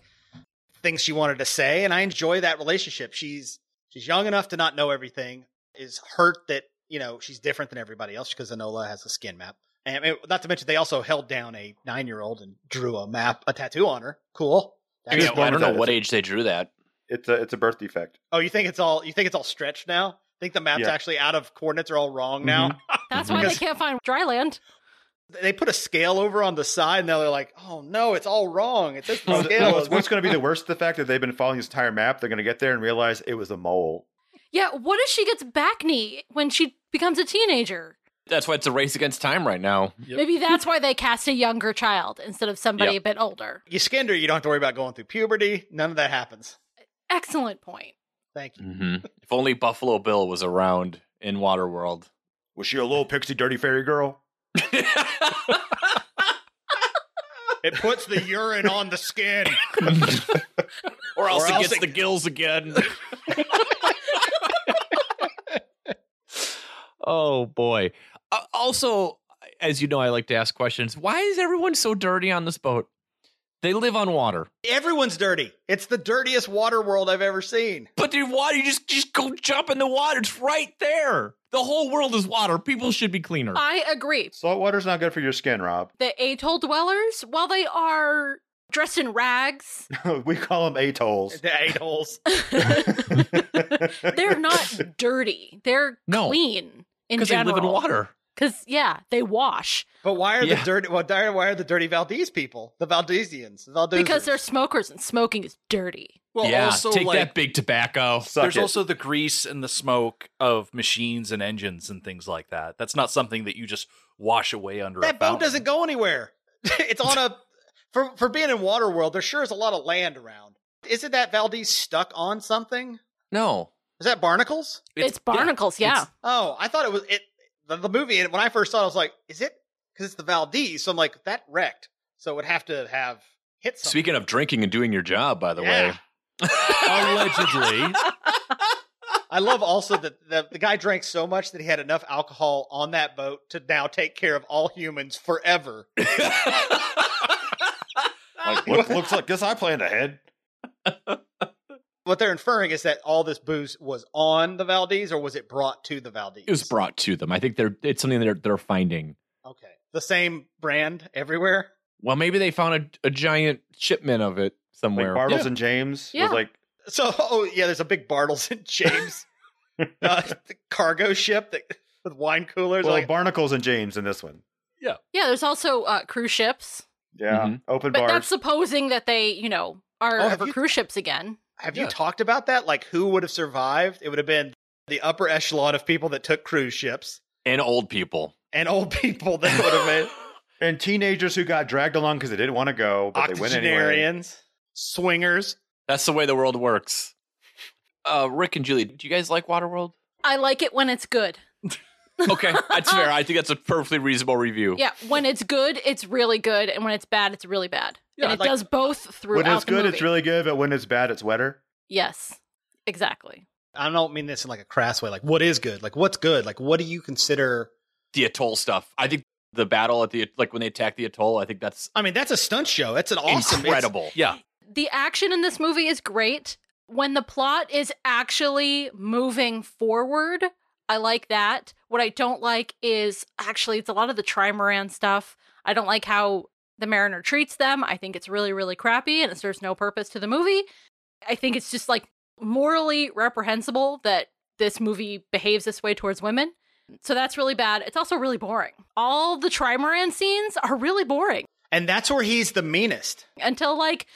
things she wanted to say, and I enjoy that relationship. She's she's young enough to not know everything. Is hurt that you know she's different than everybody else because Anola has a skin map, and and not to mention they also held down a nine year old and drew a map, a tattoo on her. Cool. That's-
Dude,
Yeah, well, I
one
don't
with
know
that.
what age they drew that.
It's a it's a birth defect.
Oh, you think it's all you think it's all stretched now? Think the map's
Yeah.
actually out of coordinates are all wrong now?
That's why they
Because-
can't find Dryland.
Mm-hmm.
They put a scale over on the side and now they're like, oh no, it's all wrong. It's this
[LAUGHS] Oh,
scale.
what's going to be the worst? The fact that they've been following this entire map, they're going to get there and realize it was a mole.
Yeah, what if she gets back knee when she becomes a teenager?
That's why it's a race against time right now.
Yep.
Maybe that's why they cast a younger child instead of somebody
Yeah.
a bit older.
you skinned her, you don't have to worry about going through puberty. None of that happens.
Excellent point.
Thank you.
If only Buffalo Bill was around in [LAUGHS] Waterworld.
Was she a little pixie dirty fairy girl?
It puts the urine on the skin.
or else
Or
it
else
gets
it-
the gills again. [LAUGHS] oh boy. Uh, also, as you know, I like to ask questions. Why is everyone so dirty on this boat? They live on water,
[LAUGHS] Everyone's dirty. It's the dirtiest water world I've ever seen.
but the water you just just go jump in the water. It's right there. The whole world is water. People should be cleaner.
I agree.
Salt water's not good for your skin, Rob. [LAUGHS]
The atoll dwellers, while they are dressed in
[LAUGHS]
rags,
we call them atolls.
The eight holes.
they're not dirty. They're
No.
clean in
Because they
general.
live in water.
Because yeah, they wash
But why are
Yeah.
the dirty well dire- why are the dirty Valdez people? The Valdesians. The Valdezers.
because they're smokers and smoking is dirty.
Well,
yeah,
also,
take
like,
that big tobacco.
Suck
there's
it.
also the grease and the smoke of machines and engines and things like that. That's not something that you just wash away under a
that boat
fountain.
doesn't go anywhere. [LAUGHS] it's on a for for being in water world. There sure is a lot of land around. Isn't that Valdez stuck on something?
No,
Is that barnacles?
It's, barnacles, yeah.
it's-
Oh, I thought it was it. The, the movie and when I first saw it, I was like, "Is it?" Because it's the Valdez. So I'm like, that wrecked. So it would have to have hit something.
Speaking of drinking and doing your job, by the
Yeah.
way,
Allegedly.
I love also that the, the guy drank so much that he had enough alcohol on that boat to now take care of all humans forever.
Like, look, looks like guess I planned ahead.
What they're inferring is that all this booze was on the Valdez, or was it brought to the Valdez?
it was brought to them. I think they're it's something they're they're finding.
Okay. The same brand everywhere?
Well, maybe they found a, a giant shipment of it
Like
somewhere.
Bartles
Yeah.
and James
Yeah.
was like,
So, oh, yeah, there's a big Bartles and
[LAUGHS]
James uh, the cargo ship that, with wine coolers.
well,
like,
Barnacles and James in this one.
yeah, there's also uh, cruise ships,
Yeah,
Mhm.
open
but that's
bars.
supposing that they, you know, are
Oh, have
ever
you-
cruise ships again.
have
yeah.
you talked about that? Like, who would have survived? It would have been the upper echelon of people that took cruise ships
and old people.
[LAUGHS] and old people that would have made.
and teenagers who got dragged along because they didn't want to go, but they went anyway.
Octogenarians, swingers.
That's the way the world works. Uh, Rick and Julie, do you guys like Waterworld?
I like it when it's good.
[LAUGHS] Okay, that's fair. I think that's a perfectly reasonable review.
Yeah, when it's good, it's really good, and when it's bad, it's really bad.
Yeah,
and it
like-
does both throughout
When it's
the
good,
movie.
it's really good, but when it's bad, it's wetter.
yes, exactly.
I don't mean this in like a crass way. Like, what is good? Like, what's good? Like, what do you consider?
The atoll stuff. I think the battle at the like when they attack the atoll. I think that's
I mean, that's a stunt show. That's an awesome, it's-
incredible.
Yeah.
The action in this movie is great. When the plot is actually moving forward, I like that. What I don't like is actually it's a lot of the Trimaran stuff. I don't like how the Mariner treats them. I think it's really, really crappy and it serves no purpose to the movie. I think it's just like morally reprehensible that this movie behaves this way towards women. So that's really bad. It's also really boring. All the Trimaran scenes are really boring
and that's where he's the meanest. [LAUGHS]
until like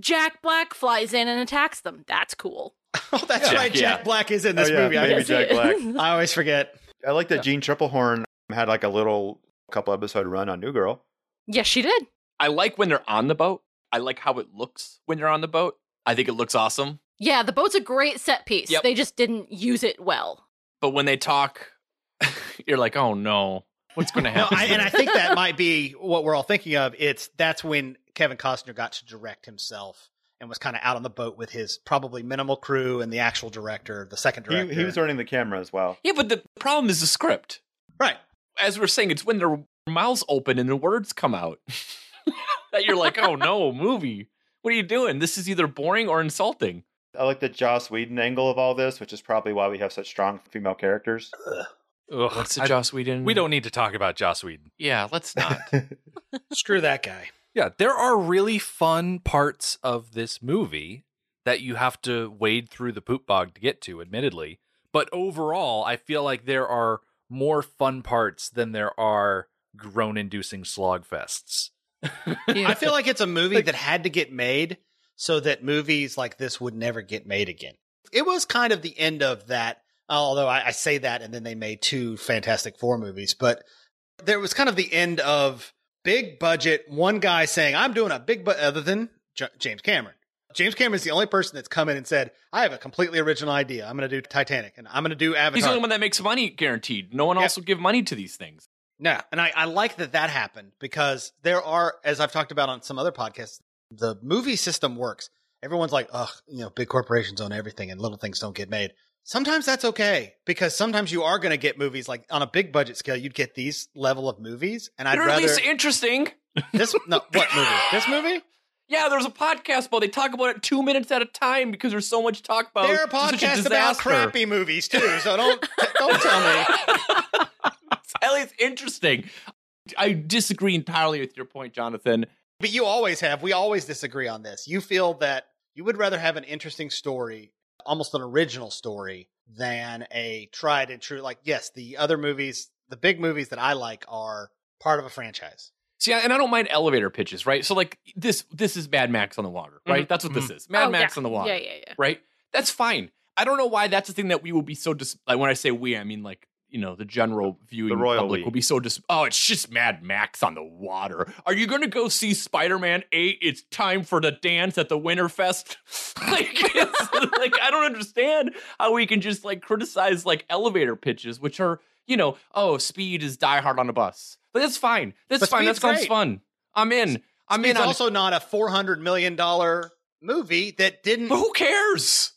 Jack Black flies in and attacks them. That's cool.
Oh, that's
Yeah.
right.
Yeah.
Jack Black is in this
Oh, yeah,
movie. I,
Baby
Yes,
Jack
it-
Black.
[LAUGHS]
I always forget.
I like that Gene Triplehorn had like a little couple episode run on New Girl.
yes, she did.
I like when they're on the boat. I like how it looks when they're on the boat. I think it looks awesome.
Yeah, the boat's a great set piece.
Yep.
They just didn't use it well.
But when they talk, [LAUGHS] you're like, oh no, what's going to
[LAUGHS] No,
happen?
I, and I think that might be what we're all thinking of. It's that's when Kevin Costner got to direct himself and was kind of out on the boat with his probably minimal crew and the actual director, the second
He,
director.
he was running the camera as well.
yeah, but the problem is the script.
right.
As we're saying, it's when their mouths open and the words come out [LAUGHS] that you're like, oh no, movie. What are you doing? This is either boring or insulting.
I like the Joss Whedon angle of all this, which is probably why we have such strong female characters.
Ugh,
What's the
I-
Joss Whedon?
we don't need to talk about Joss Whedon.
Yeah, let's not.
Screw that guy.
Yeah, there are really fun parts of this movie that you have to wade through the poop bog to get to, admittedly. But overall, I feel like there are more fun parts than there are groan inducing slog fests.
I feel like it's a movie that had to get made so that movies like this would never get made again. It was kind of the end of that, although I, I say that and then they made two Fantastic Four movies, but there was kind of the end of big budget, one guy saying, I'm doing a big budget, other than J- James Cameron. James Cameron is the only person that's come in and said, I have a completely original idea. I'm going to do Titanic and I'm going to do Avatar.
He's the only one that makes money guaranteed. No one
Yeah.
else will give money to these things.
No, and I, I like that that happened because there are, as I've talked about on some other podcasts, the movie system works. Everyone's like, ugh, you know, big corporations own everything and little things don't get made. Sometimes that's okay because sometimes you are going to get movies like on a big budget scale, you'd get these level of movies. And I'd
They're at
rather
least interesting.
this, no, what movie? This
[LAUGHS]
movie?
Yeah, there's a podcast about they talk about it two minutes at a time because there's so much talk about.
there are
it's such a
podcasts about
disaster.
crappy movies too. So don't, don't tell me.
It's at least interesting. I disagree entirely with your point, Jonathan.
But you always have. We always disagree on this. You feel that you would rather have an interesting story, almost an original story, than a tried and true. Like, yes, the other movies, the big movies that I like are part of a franchise.
See, I- and I don't mind elevator pitches, right? So like this, this is Mad Max on the water, right? That's what this is, Mad
Oh,
Max
yeah.
on the water,
Yeah, yeah, yeah.
right? That's fine. I don't know why that's the thing that we will be so dis. Like when I say we, I mean like you know the general viewing
royal
public
we.
will be so dis. Oh, it's just Mad Max on the water. Are you going to go see Spider Man Eight? It's time for the dance at the Winterfest. [LAUGHS] like, it's- [LAUGHS] like I don't understand how we can just like criticize like elevator pitches, which are you know oh speed is Die Hard on a bus, but that's fine. That's
But
fine. That
Speed's
sounds
great.
fun. I'm in. I'm
It's
in. On,
also not a four hundred million dollar movie that didn't.
but who cares?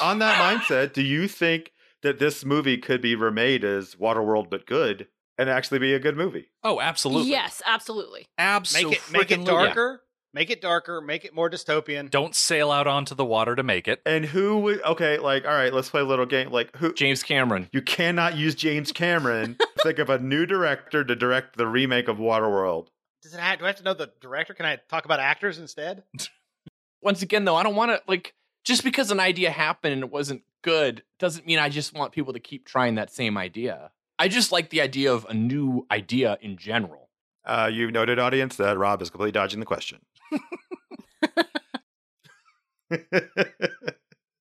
On that mindset, do you think that this movie could be remade as Waterworld but good and actually be a good movie?
Oh, absolutely.
Yes, absolutely.
Make
Absolutely.
it make it darker. Make it darker. Make it more dystopian.
Don't sail out onto the water to make it.
And who would okay, like, all right, let's play a little game. Like who
James Cameron.
you cannot use James Cameron. think of a new director to direct the remake of Waterworld.
Does it have, do I have to know the director? Can I talk about actors instead?
once again though i don't want to like just because an idea happened and it wasn't good doesn't mean i just want people to keep trying that same idea i just like the idea of a new idea in general
Uh, you've noted, audience, that Rob is completely dodging the question.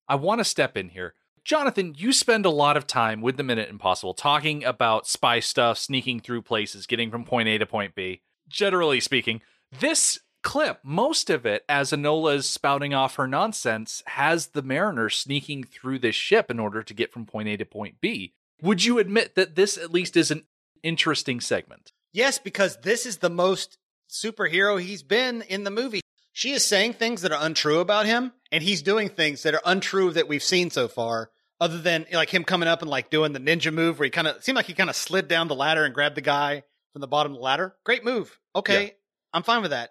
I want to step in here. Jonathan, you spend a lot of time with the Minute Impossible talking about spy stuff, sneaking through places, getting from point A to point B. generally speaking, this clip, most of it, as Enola's spouting off her nonsense, has the mariner sneaking through this ship in order to get from point A to point B. Would you admit that this at least is an interesting segment?
Yes, because this is the most superhero he's been in the movie. She is saying things that are untrue about him, and he's doing things that are untrue that we've seen so far. Other than like him coming up and like doing the ninja move, where he kind of seemed like he kind of slid down the ladder and grabbed the guy from the bottom of the ladder. Great move. Okay, I'm fine with that.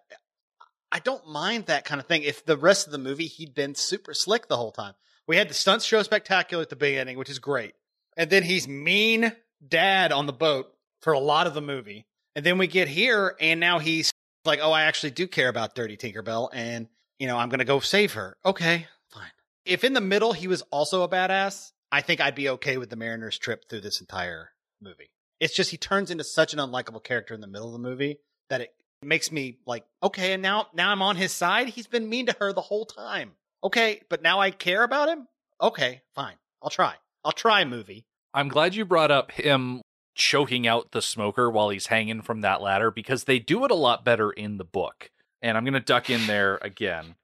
I don't mind that kind of thing. If the rest of the movie he'd been super slick the whole time. We had the stunts show spectacular at the beginning, which is great, and then he's mean dad on the boat for a lot of the movie. And then we get here, and now he's like, oh, I actually do care about Dirty Tinkerbell, and, you know, I'm going to go save her. Okay, fine. If in the middle he was also a badass, I think I'd be okay with the Mariner's trip through this entire movie. It's just he turns into such an unlikable character in the middle of the movie that it makes me like, okay, and now now I'm on his side. He's been mean to her the whole time. Okay, but now I care about him? Okay, fine. I'll try. I'll try, movie.
I'm glad you brought up him choking out the smoker while he's hanging from that ladder because they do it a lot better in the book. And I'm going to duck in there again.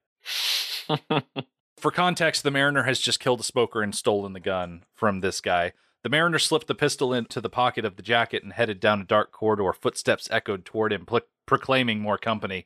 For context, the Mariner has just killed the smoker and stolen the gun from this guy. The Mariner slipped the pistol into the pocket of the jacket and headed down a dark corridor. Footsteps echoed toward him, pl- proclaiming more company.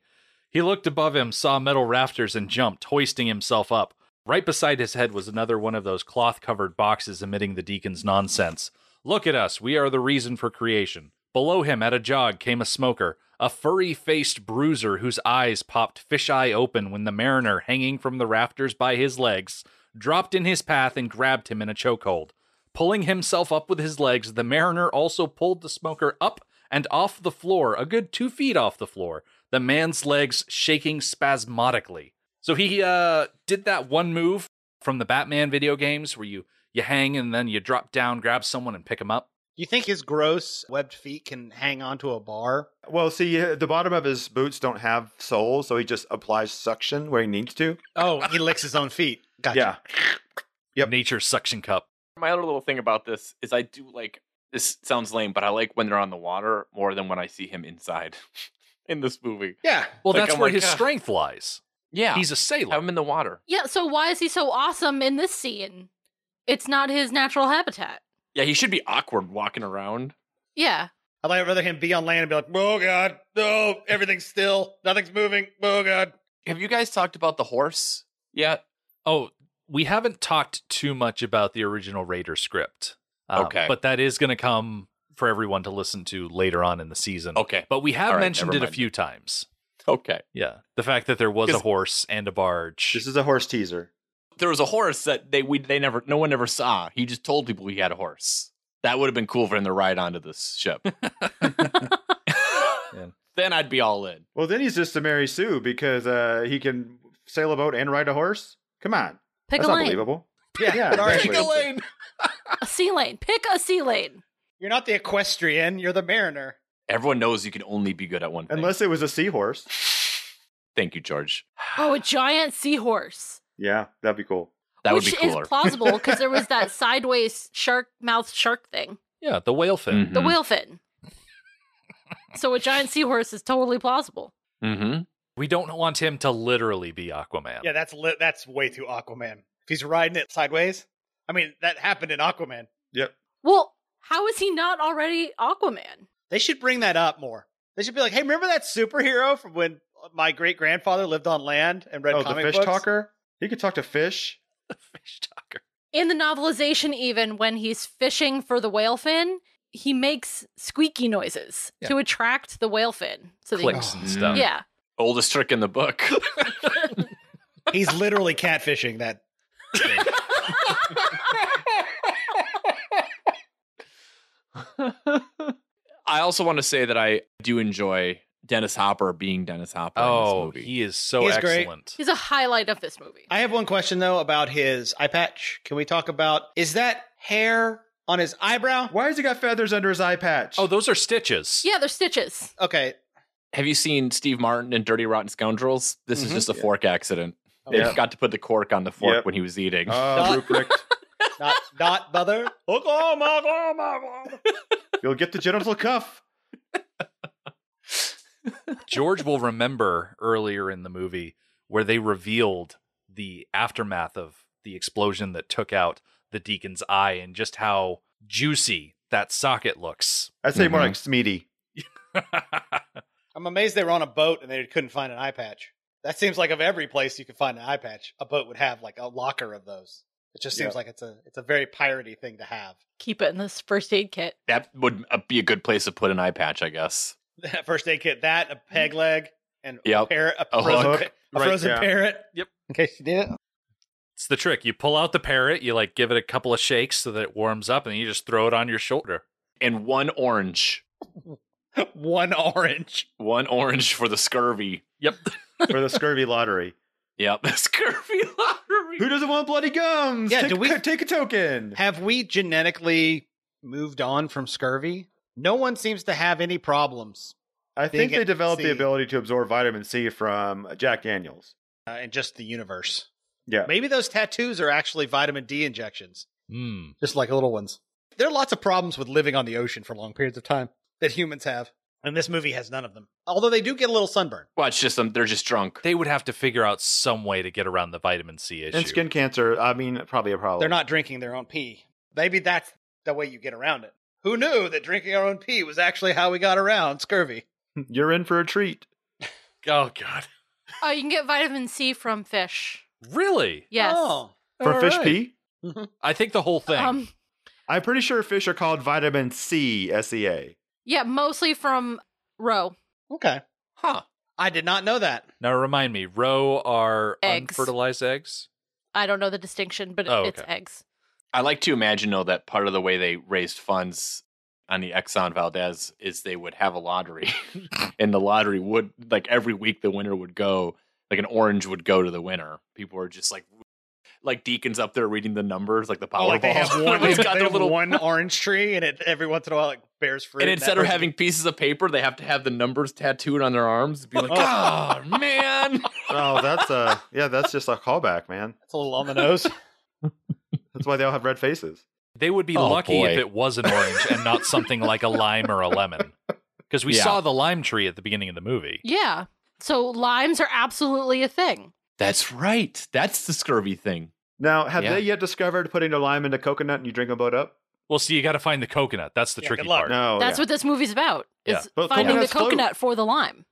He looked above him, saw metal rafters, and jumped, hoisting himself up. Right beside his head was another one of those cloth covered boxes emitting the deacon's nonsense. Look at us, we are the reason for creation. Below him at a jog came a smoker, a furry faced bruiser whose eyes popped fisheye open when the mariner, hanging from the rafters by his legs, dropped in his path and grabbed him in a chokehold. Pulling himself up with his legs, the mariner also pulled the smoker up and off the floor, a good two feet off the floor, the man's legs shaking spasmodically. So he uh, did that one move from the Batman video games where you you hang and then you drop down, grab someone, and pick them up.
You think his gross webbed feet can hang onto a bar?
Well, see, uh, the bottom of his boots don't have soles, so he just applies suction where he needs to.
Oh, he licks his own feet. Gotcha.
Yeah. Yep.
Nature's suction cup.
My other little thing about this is I do like this sounds lame, but I like when they're on the water more than when I see him inside [LAUGHS] in this movie.
Yeah.
Well,
Like,
that's
I'm
where
like,
his
"Ah."
strength lies.
Yeah.
He's a sailor.
have him in the water.
Yeah, so why is he so awesome in this scene? It's not his natural habitat.
Yeah, he should be awkward walking around.
Yeah.
I'd like rather him be on land and be like, oh god, no, everything's still, nothing's moving, oh god.
Have you guys talked about the horse yet?
Oh, we haven't talked too much about the original Raider script. Um,
Okay.
But that is going to come for everyone to listen to later on in the season.
Okay.
But we have
All right,
mentioned
never
it a
mind.
few times.
Okay.
Yeah. The fact that there was a
'Cause-
horse and a barge.
This is a horse teaser.
There was a horse that they we they never no one ever saw. He just told people he had a horse. That would have been cool for him to ride onto this
[LAUGHS]
ship. Then I'd be all in.
Well, then he's just a Mary Sue because uh, he can sail a boat and ride a horse. Come on.
Pick
That's
a
not
lane.
believable.
Yeah, [LAUGHS]
Yeah,
but aren't you-
Pick a lane.
A sea lane. Pick a sea lane.
you're not the equestrian, you're the mariner.
Everyone knows you can only be good at one thing.
Unless it was a seahorse.
Thank you, George.
Oh, a giant seahorse.
Yeah, that'd be cool.
That
which
would be cooler. [LAUGHS]
is plausible because there was that sideways shark mouth shark thing.
yeah. The whale fin.
Hmm.
The whale fin. so a giant seahorse is totally plausible.
Mm-hmm.
We don't want him to literally be Aquaman.
Yeah, that's li- that's way too Aquaman. If he's riding it sideways, I mean, that happened in Aquaman.
Well, how is he not already Aquaman?
They should bring that up more. They should be like, hey, remember that superhero from when my great grandfather lived on land and read
oh, the
comic
fish
books?
talker? He could talk to fish.
Fish talker.
In the novelization, even when he's fishing for the whale fin, he makes squeaky noises
Yeah.
to attract the whale fin. So that he-
Clicks and stuff.
Mm.
yeah.
Oldest trick in the book. [LAUGHS]
He's literally catfishing that.
[LAUGHS]
I also want to say that I do enjoy Dennis Hopper being Dennis Hopper in this
Oh,
movie.
he is so
He's great.
excellent.
He's a highlight of this movie.
I have one question though about his eye patch. Can we talk about is that hair on his eyebrow?
Why has he got feathers under his eye patch?
Oh, those are stitches.
yeah, they're stitches.
Okay,
Have you seen Steve Martin in Dirty Rotten Scoundrels? This
Mhm.
is just a fork accident. They
Mm-hmm. Yeah.
forgot to put the cork on the fork
Yep.
when he was eating.
Oh, Ruprecht.
not [LAUGHS] not mother.
Oklahoma, Oklahoma, Oklahoma. You'll get the genital cuff.
George will remember earlier in the movie where they revealed the aftermath of the explosion that took out the deacon's eye and just how juicy that socket [LAUGHS] looks.
I'd say more
Mhm.
like Smeedy.
I'm amazed they were on a boat and they couldn't find an eye patch. That seems like of every place you could find an eye patch, a boat would have like a locker of those. It just seems
Yeah.
like it's a it's a very piratey thing to have. [LAUGHS]
Keep it in this first aid kit.
That would uh, be a good place to put an eye patch, I guess.
That first aid kit, that a peg leg, and a
Yep.
parrot, a,
A
frozen,
Mm-hmm. hook.
pa- a
Right,
frozen
yeah.
parrot.
Yep.
In case you did it.
it's the trick. You pull out the parrot, you like give it a couple of shakes so that it warms up, and then you just throw it on your shoulder.
And one orange.
One orange.
One orange for the scurvy.
for the scurvy
[LAUGHS]
lottery.
Yep. [LAUGHS] scurvy lottery.
Who doesn't want bloody gums?
Yeah,
take,
do we-
take a token?
Have we genetically moved on from scurvy? No one seems to have any problems.
I think
Being
they
at
developed
sea.
the ability to absorb vitamin C from Jack Daniels.
uh, and just the universe.
Yeah.
Maybe those tattoos are actually vitamin D injections,
Hmm.
just like little ones. There are lots of problems with living on the ocean for long periods of time that humans have, and this movie has none of them. Although they do get a little sunburn.
Well, it's just um, they're just drunk.
They would have to figure out some way to get around the vitamin C issue.
And skin cancer, I mean, probably a problem.
They're not drinking their own pee. Maybe that's the way you get around it. Who knew that drinking our own pee was actually how we got around scurvy?
[LAUGHS] You're in for a treat.
oh God,
Oh, you can get vitamin C from fish.
really?
Yes.
Oh.
For
All
fish
right.
pee?
I think the whole thing.
Um,
I'm pretty sure fish are called vitamin C, E SEA.
yeah, mostly from roe.
Okay.
Huh.
I did not know that.
now remind me, roe are
Eggs.
unfertilized eggs.
I don't know the distinction, but
Oh,
it's
okay.
eggs.
I like to imagine though that part of the way they raised funds on the Exxon Valdez is they would have a lottery, [LAUGHS] and the lottery would like every week the winner would go like an orange would go to the winner. People were just like like deacons up there reading the numbers like the Powerball.
Oh, like
[LAUGHS]
they have [LAUGHS] one,
Everyone's
they
got
have
their little-
one orange tree, and it every once in a while it bears fruit.
and
that
instead of
person-
having pieces of paper, they have to have the numbers tattooed on their arms. Be like, oh man,
Oh, that's uh yeah, that's just a callback, man.
It's a little on the nose.
[LAUGHS] That's why they all have red faces.
They would be
Oh,
lucky
boy.
if it was an orange and not something like a lime or a
[LAUGHS]
lemon, because we
Yeah.
saw the lime tree at the beginning of the movie.
Yeah. So limes are absolutely a thing.
[LAUGHS] that's right. That's the scurvy thing.
Now, have
Yeah.
they yet discovered putting a lime into coconut and you drink them both up?
Well, see, you got to find the coconut. That's the
Yeah,
tricky
good luck.
part.
No.
That's
yeah.
what this movie's about.
Oh, Yeah.
Is
But
finding the
coconuts float.
coconut for the lime.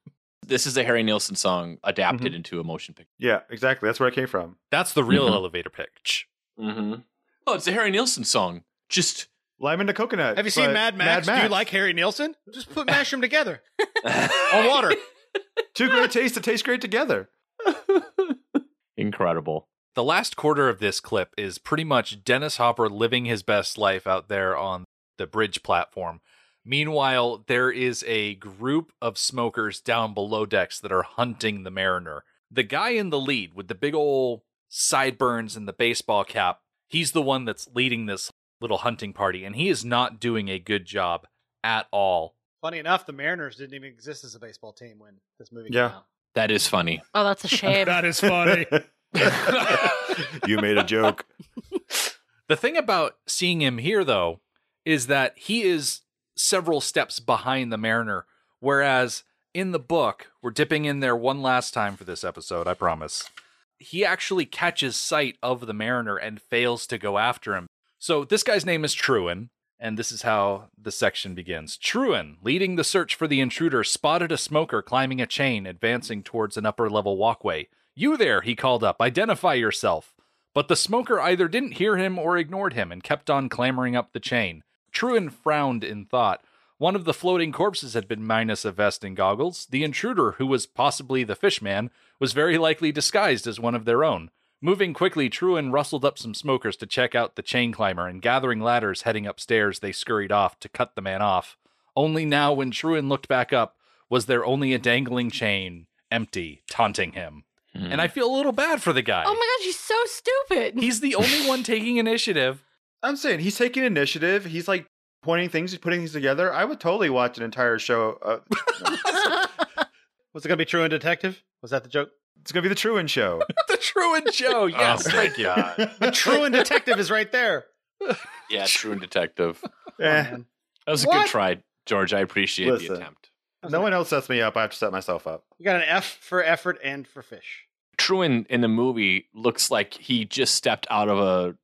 This is a Harry Nilsson song adapted into a motion picture.
Yeah, exactly. That's where it came from.
That's the real
Mhm.
elevator pitch.
Mm-hmm. Oh, it's a Harry Nilsson song. Just
Lime into coconut.
Have you seen
but-
Mad Max? Do you like Harry Nielsen? Just [LAUGHS] put mash them together on
on
water.
Two great tastes that taste great
[LAUGHS]
together.
Incredible.
The last quarter of this clip is pretty much Dennis Hopper living his best life out there on the bridge platform. Meanwhile, there is a group of smokers down below decks that are hunting the mariner. The guy in the lead with the big old sideburns and the baseball cap, he's the one that's leading this little hunting party, and he is not doing a good job at all. [LAUGHS]
Funny enough, the Mariners didn't even exist as a baseball team when this movie
Yeah.
came out.
That is funny.
Oh, that's a shame.
is funny.
[LAUGHS] you made a joke.
The thing about seeing him here, though, is that he is several steps behind the Mariner. Whereas in the book, we're dipping in there one last time for this episode, I promise. He actually catches sight of the Mariner and fails to go after him. So this guy's name is Truin, and this is how the section begins. Truin, leading the search for the intruder, spotted a smoker climbing a chain, advancing towards an upper level walkway. You there, he called up. Identify yourself. But the smoker either didn't hear him or ignored him and kept on clambering up the chain. Truin frowned in thought. One of the floating corpses had been minus a vest and goggles. The intruder, who was possibly the fishman, was very likely disguised as one of their own. Moving quickly, Truin rustled up some smokers to check out the chain climber, and gathering ladders heading upstairs, they scurried off to cut the man off. Only now, when Truin looked back up, was there only a dangling chain, empty, taunting him. And I feel a little bad for the guy.
oh my gosh, he's so stupid.
He's the only one taking initiative.
I'm saying he's taking initiative. He's like pointing things, he's putting things together. I would totally watch an entire show. Uh, no.
Was it going to be True and Detective? Was that the [LAUGHS] joke?
It's gonna be the Truman
[LAUGHS]
Show.
[LAUGHS] The Truant [LAUGHS] Joe. Yes,
Oh
my
thank you.
God.
The True and Detective is right [LAUGHS] there.
[LAUGHS] Yeah, True and Detective.
[LAUGHS] Eh,
Man.
That was a
What?
good try, George. I appreciate
Listen.
the attempt.
No one else sets me up. I have to set myself up.
You got an F for effort and for fish.
Truin in the movie looks like he just stepped out of a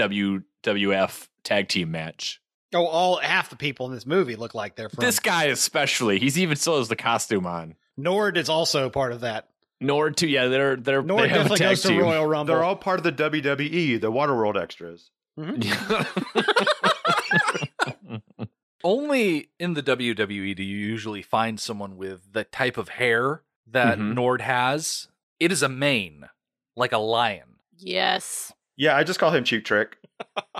WWF tag team match.
Oh, all half the people in this movie look like they're from.
This guy especially, he's even still has the costume on.
Nord is also part of that.
Nord too, yeah, they're they're
Nord
they have a
definitely
tag
goes to
team.
Royal Rumble.
They're all part of the WWE, the Waterworld extras.
Only in the WWE do you usually find someone with the type of hair that
Mhm.
Nord has. It is a mane, like a lion.
Yes.
Yeah, I just call him Cheap [LAUGHS] Trick.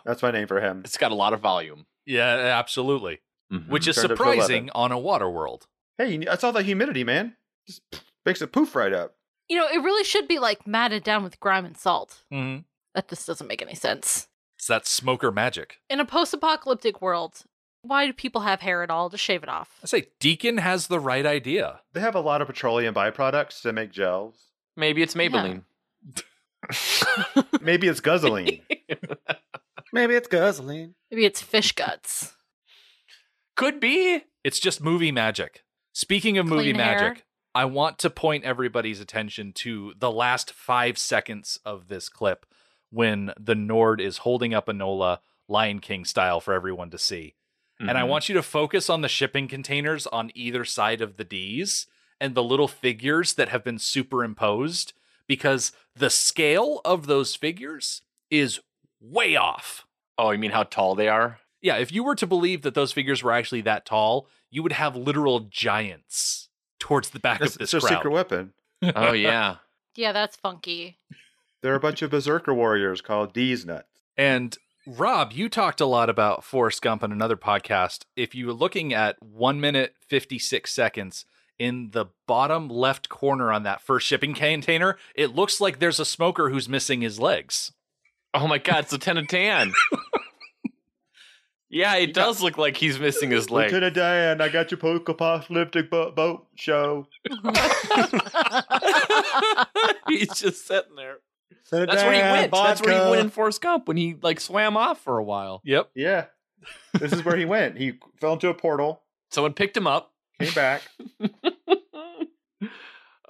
That's my name for him.
[LAUGHS] it's got a lot of volume,
Yeah, absolutely. Mm, Which is
Turned up to 11.
surprising on a water world.
Hey, I saw the humidity, man. Just makes it poof right up.
You know, it really should be like matted down with grime and salt.
Mm-hmm.
That just doesn't make any sense.
It's that smoker magic.
In a post apocalyptic world, why do people have hair at all? Just shave it off.
I say Deacon has the right idea.
They have a lot of petroleum byproducts to make gels.
maybe it's Maybelline.
Maybe it's [LAUGHS] guzzling.
Maybe it's gasoline.
Maybe it's fish guts.
Could be.
It's just movie magic. Speaking of movie
Clean hair.
magic, I want to point everybody's attention to the last five seconds of this clip when the Nord is holding up Enola Lion King style for everyone to see. And I
Mhm.
want you to focus on the shipping containers on either side of the D's and the little figures that have been superimposed because the scale of those figures is way off.
Oh, you mean how tall they are?
Yeah, if you were to believe that those figures were actually that tall, you would have literal giants towards the back
That's
of this
their
crowd.
secret weapon.
Oh yeah.
Yeah, that's funky.
They're a bunch of berserker warriors called D's Nuts.
And Rob, you talked a lot about Forrest Gump on another podcast. If you were looking at one minute, 56 seconds in the bottom left corner on that first shipping [LAUGHS] container, it looks like there's a smoker who's missing his legs.
[LAUGHS] Oh my God, it's Lieutenant
[LAUGHS]
Dan. yeah, it does look like he's missing his leg.
Lieutenant Dan, I got your poke apocalyptic bo- boat show.
[LAUGHS] he's just sitting there.
Lieutenant
That's where he
Dan,
went. That's where he
vodka.
went in Forrest Gump when he like swam off for a while.
Yep.
Yeah. This is where he went. He fell into a portal,
Someone picked him up.
came [LAUGHS] back.
[LAUGHS]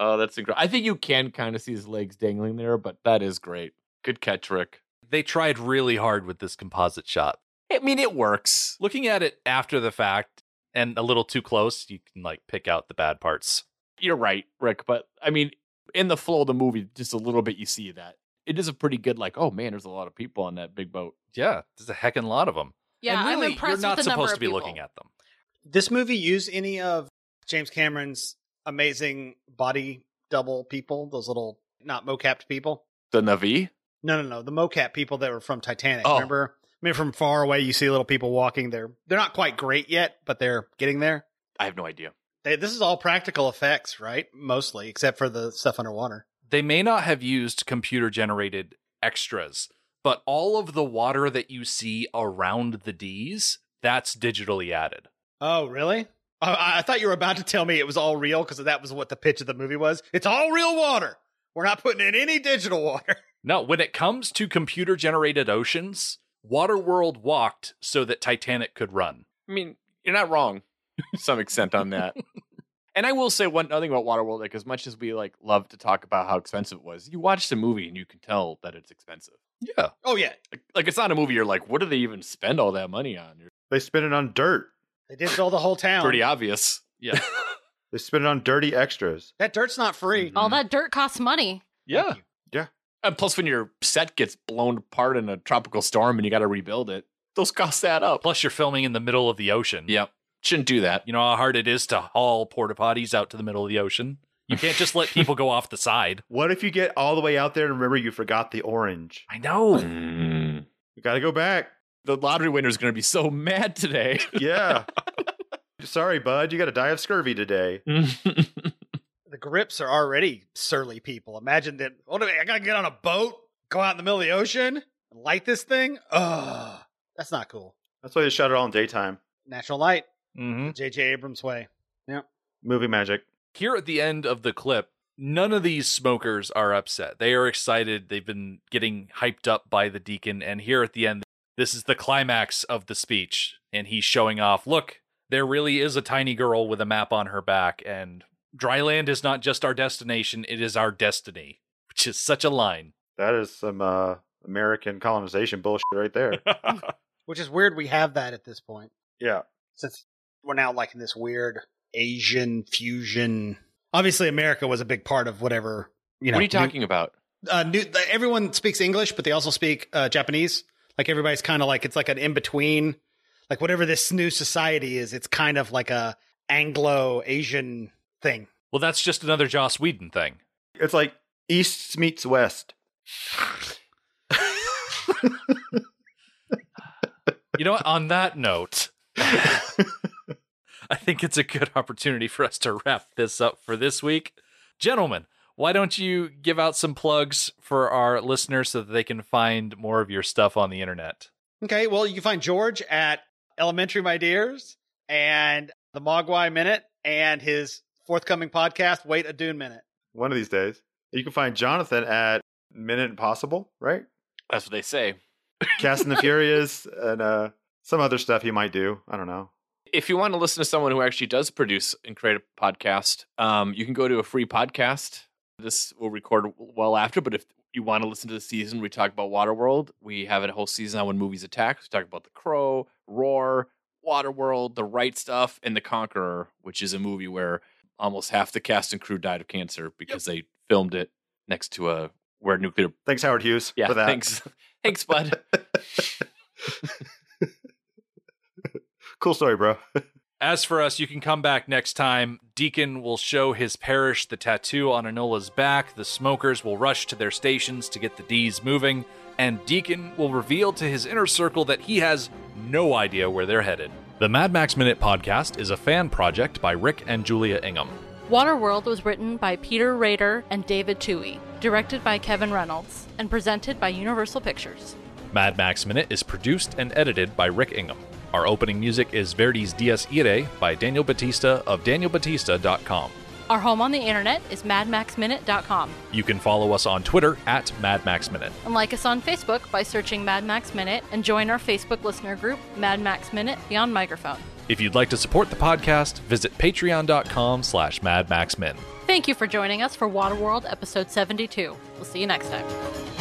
Oh, that's incredible. I think you can kind of see his legs dangling there, but that is great. Good catch, Rick.
They tried really hard with this composite shot.
I mean, it works.
Looking at it after the fact and a little too close, you can like pick out the bad parts.
You're right, Rick. But I mean, in the flow of the movie, just a little bit, you see that. It is a pretty good, like, oh man, there's a lot of people on that big boat.
Yeah, there's a heckin' lot of them.
Yeah,
and really,
I'm impressed
you're not
with the number
supposed
of
to be
people.
looking at them.
This movie use any of James Cameron's amazing body double people? Those little not mocapped people.
The Navi?
No, no, no. The mocap people that were from Titanic.
Oh.
Remember? I mean, from far away, you see little people walking. They're they're not quite great yet, but they're getting there.
I have no idea.
They, this is all practical effects, right? Mostly, except for the stuff underwater.
they may not have used computer generated extras, but all of the water that you see around the D's, that's digitally added.
Oh, really? I, I thought you were about to tell me it was all real because that was what the pitch of the movie was. It's all real water. We're not putting in any digital water. [LAUGHS]
No, when it comes to computer generated oceans, Waterworld walked so that Titanic could run.
I mean, you're not wrong [LAUGHS] to some extent on [LAUGHS] that. And I will say one other thing about Waterworld, like as much as we like love to talk about how expensive it was, you watch the movie and you can tell that it's expensive.
Yeah.
Oh yeah,
Like, like it's not a movie you're like, what do they even spend all that money on? You're
They spin it on dirt.
they did fill the whole town.
pretty obvious. [LAUGHS]
Yeah.
They spin it on dirty extras.
That dirt's not free.
Mm-hmm.
All that dirt costs money.
yeah.
And plus when your set gets blown apart in a tropical storm and you gotta rebuild it, those costs add up.
Plus, you're filming in the middle of the ocean.
Yep. Shouldn't do that.
You know how hard it is to haul porta potties out to the middle of the ocean? You can't just [LAUGHS] let people go off the side.
What if you get all the way out there and remember you forgot the orange?
I know. Mm.
You got to go back.
The lottery winner is gonna be so [LAUGHS]
[LAUGHS]
mad today. [LAUGHS]
Yeah. Sorry, bud. You got to die of scurvy today.
The grips are already surly people. Imagine that. What do I, I gotta get on a boat, go out in the middle of the ocean, and light this thing. Ugh, that's not cool.
That's why they shot it all in daytime.
Natural light,
Mm-hmm.
J.J. Abrams way.
Movie magic.
here at the end of the clip, none of these smokers are upset. They are excited. They've been getting hyped up by the deacon. And here at the end, this is the climax of the speech. And he's showing off look, there really is a tiny girl with a map on her back, and dryland is not just our destination, it is our destiny, which is such a line.
That is some uh, American colonization bullshit
[LAUGHS]
right there.
Which is weird we have that at this point.
yeah.
Since we're now like in this weird Asian fusion. Obviously America was a big part of whatever you know.
what are you
new-
talking about?
uh, new, th- everyone speaks English, but they also speak uh, Japanese. Like everybody's kind of like it's like an in between. Like whatever this new society is, it's kind of like a Anglo Asian thing.
well, that's just another Joss Whedon thing.
It's like East meets West.
You know what? On that note, [LAUGHS] I think it's a good opportunity for us to wrap this up for this week. Gentlemen, why don't you give out some plugs for our listeners so that they can find more of your stuff on the internet?
Okay, well you can find George at Elementary My Dears and the Mogwai Minute and his forthcoming podcast Wait a Dune Minute.
One of these days. You can find Jonathan at Minute Impossible, right?
That's what they say. [LAUGHS]
Cast and the Furious and uh, some other stuff he might do. I don't know.
If you want to listen to someone who actually does produce and create a podcast, um, you can go to a free podcast. This will record well after, but if you want to listen to the season, we talk about Waterworld. We have a whole season on when movies attack. We talk about The Crow, Roar, Waterworld, The Right Stuff, and The Conqueror, which is a movie where almost half the cast and crew died of cancer because they filmed it next to a where nuclear.
Thanks, Howard Hughes,
Yeah,
for that.
thanks, [LAUGHS] thanks, bud.
cool story, bro.
As for us, you can come back next time. Deacon will show his parish the tattoo on Anola's back. The smokers will rush to their stations to get the D's moving. And Deacon will reveal to his inner circle that he has no idea where they're headed. The Mad Max Minute podcast is a fan project by Rick and Julia Ingham.
Waterworld was written by Peter Rader and David Toohey, directed by Kevin Reynolds, and presented by Universal Pictures.
Mad Max Minute is produced and edited by Rick Ingham. Our opening music is Verdi's Dies Irae by Daniel Batista of danielbatista.com.
Our home on the internet is madmaxminute.com,
You can follow us on Twitter at Mad Max Minute.
and like us on Facebook by searching Mad Max Minute, and join our Facebook listener group, Mad Max Minute Beyond Microphone.
If you'd like to support the podcast, visit patreon.com slash madmaxmin.
Thank you for joining us for Waterworld Episode 72. We'll see you next time.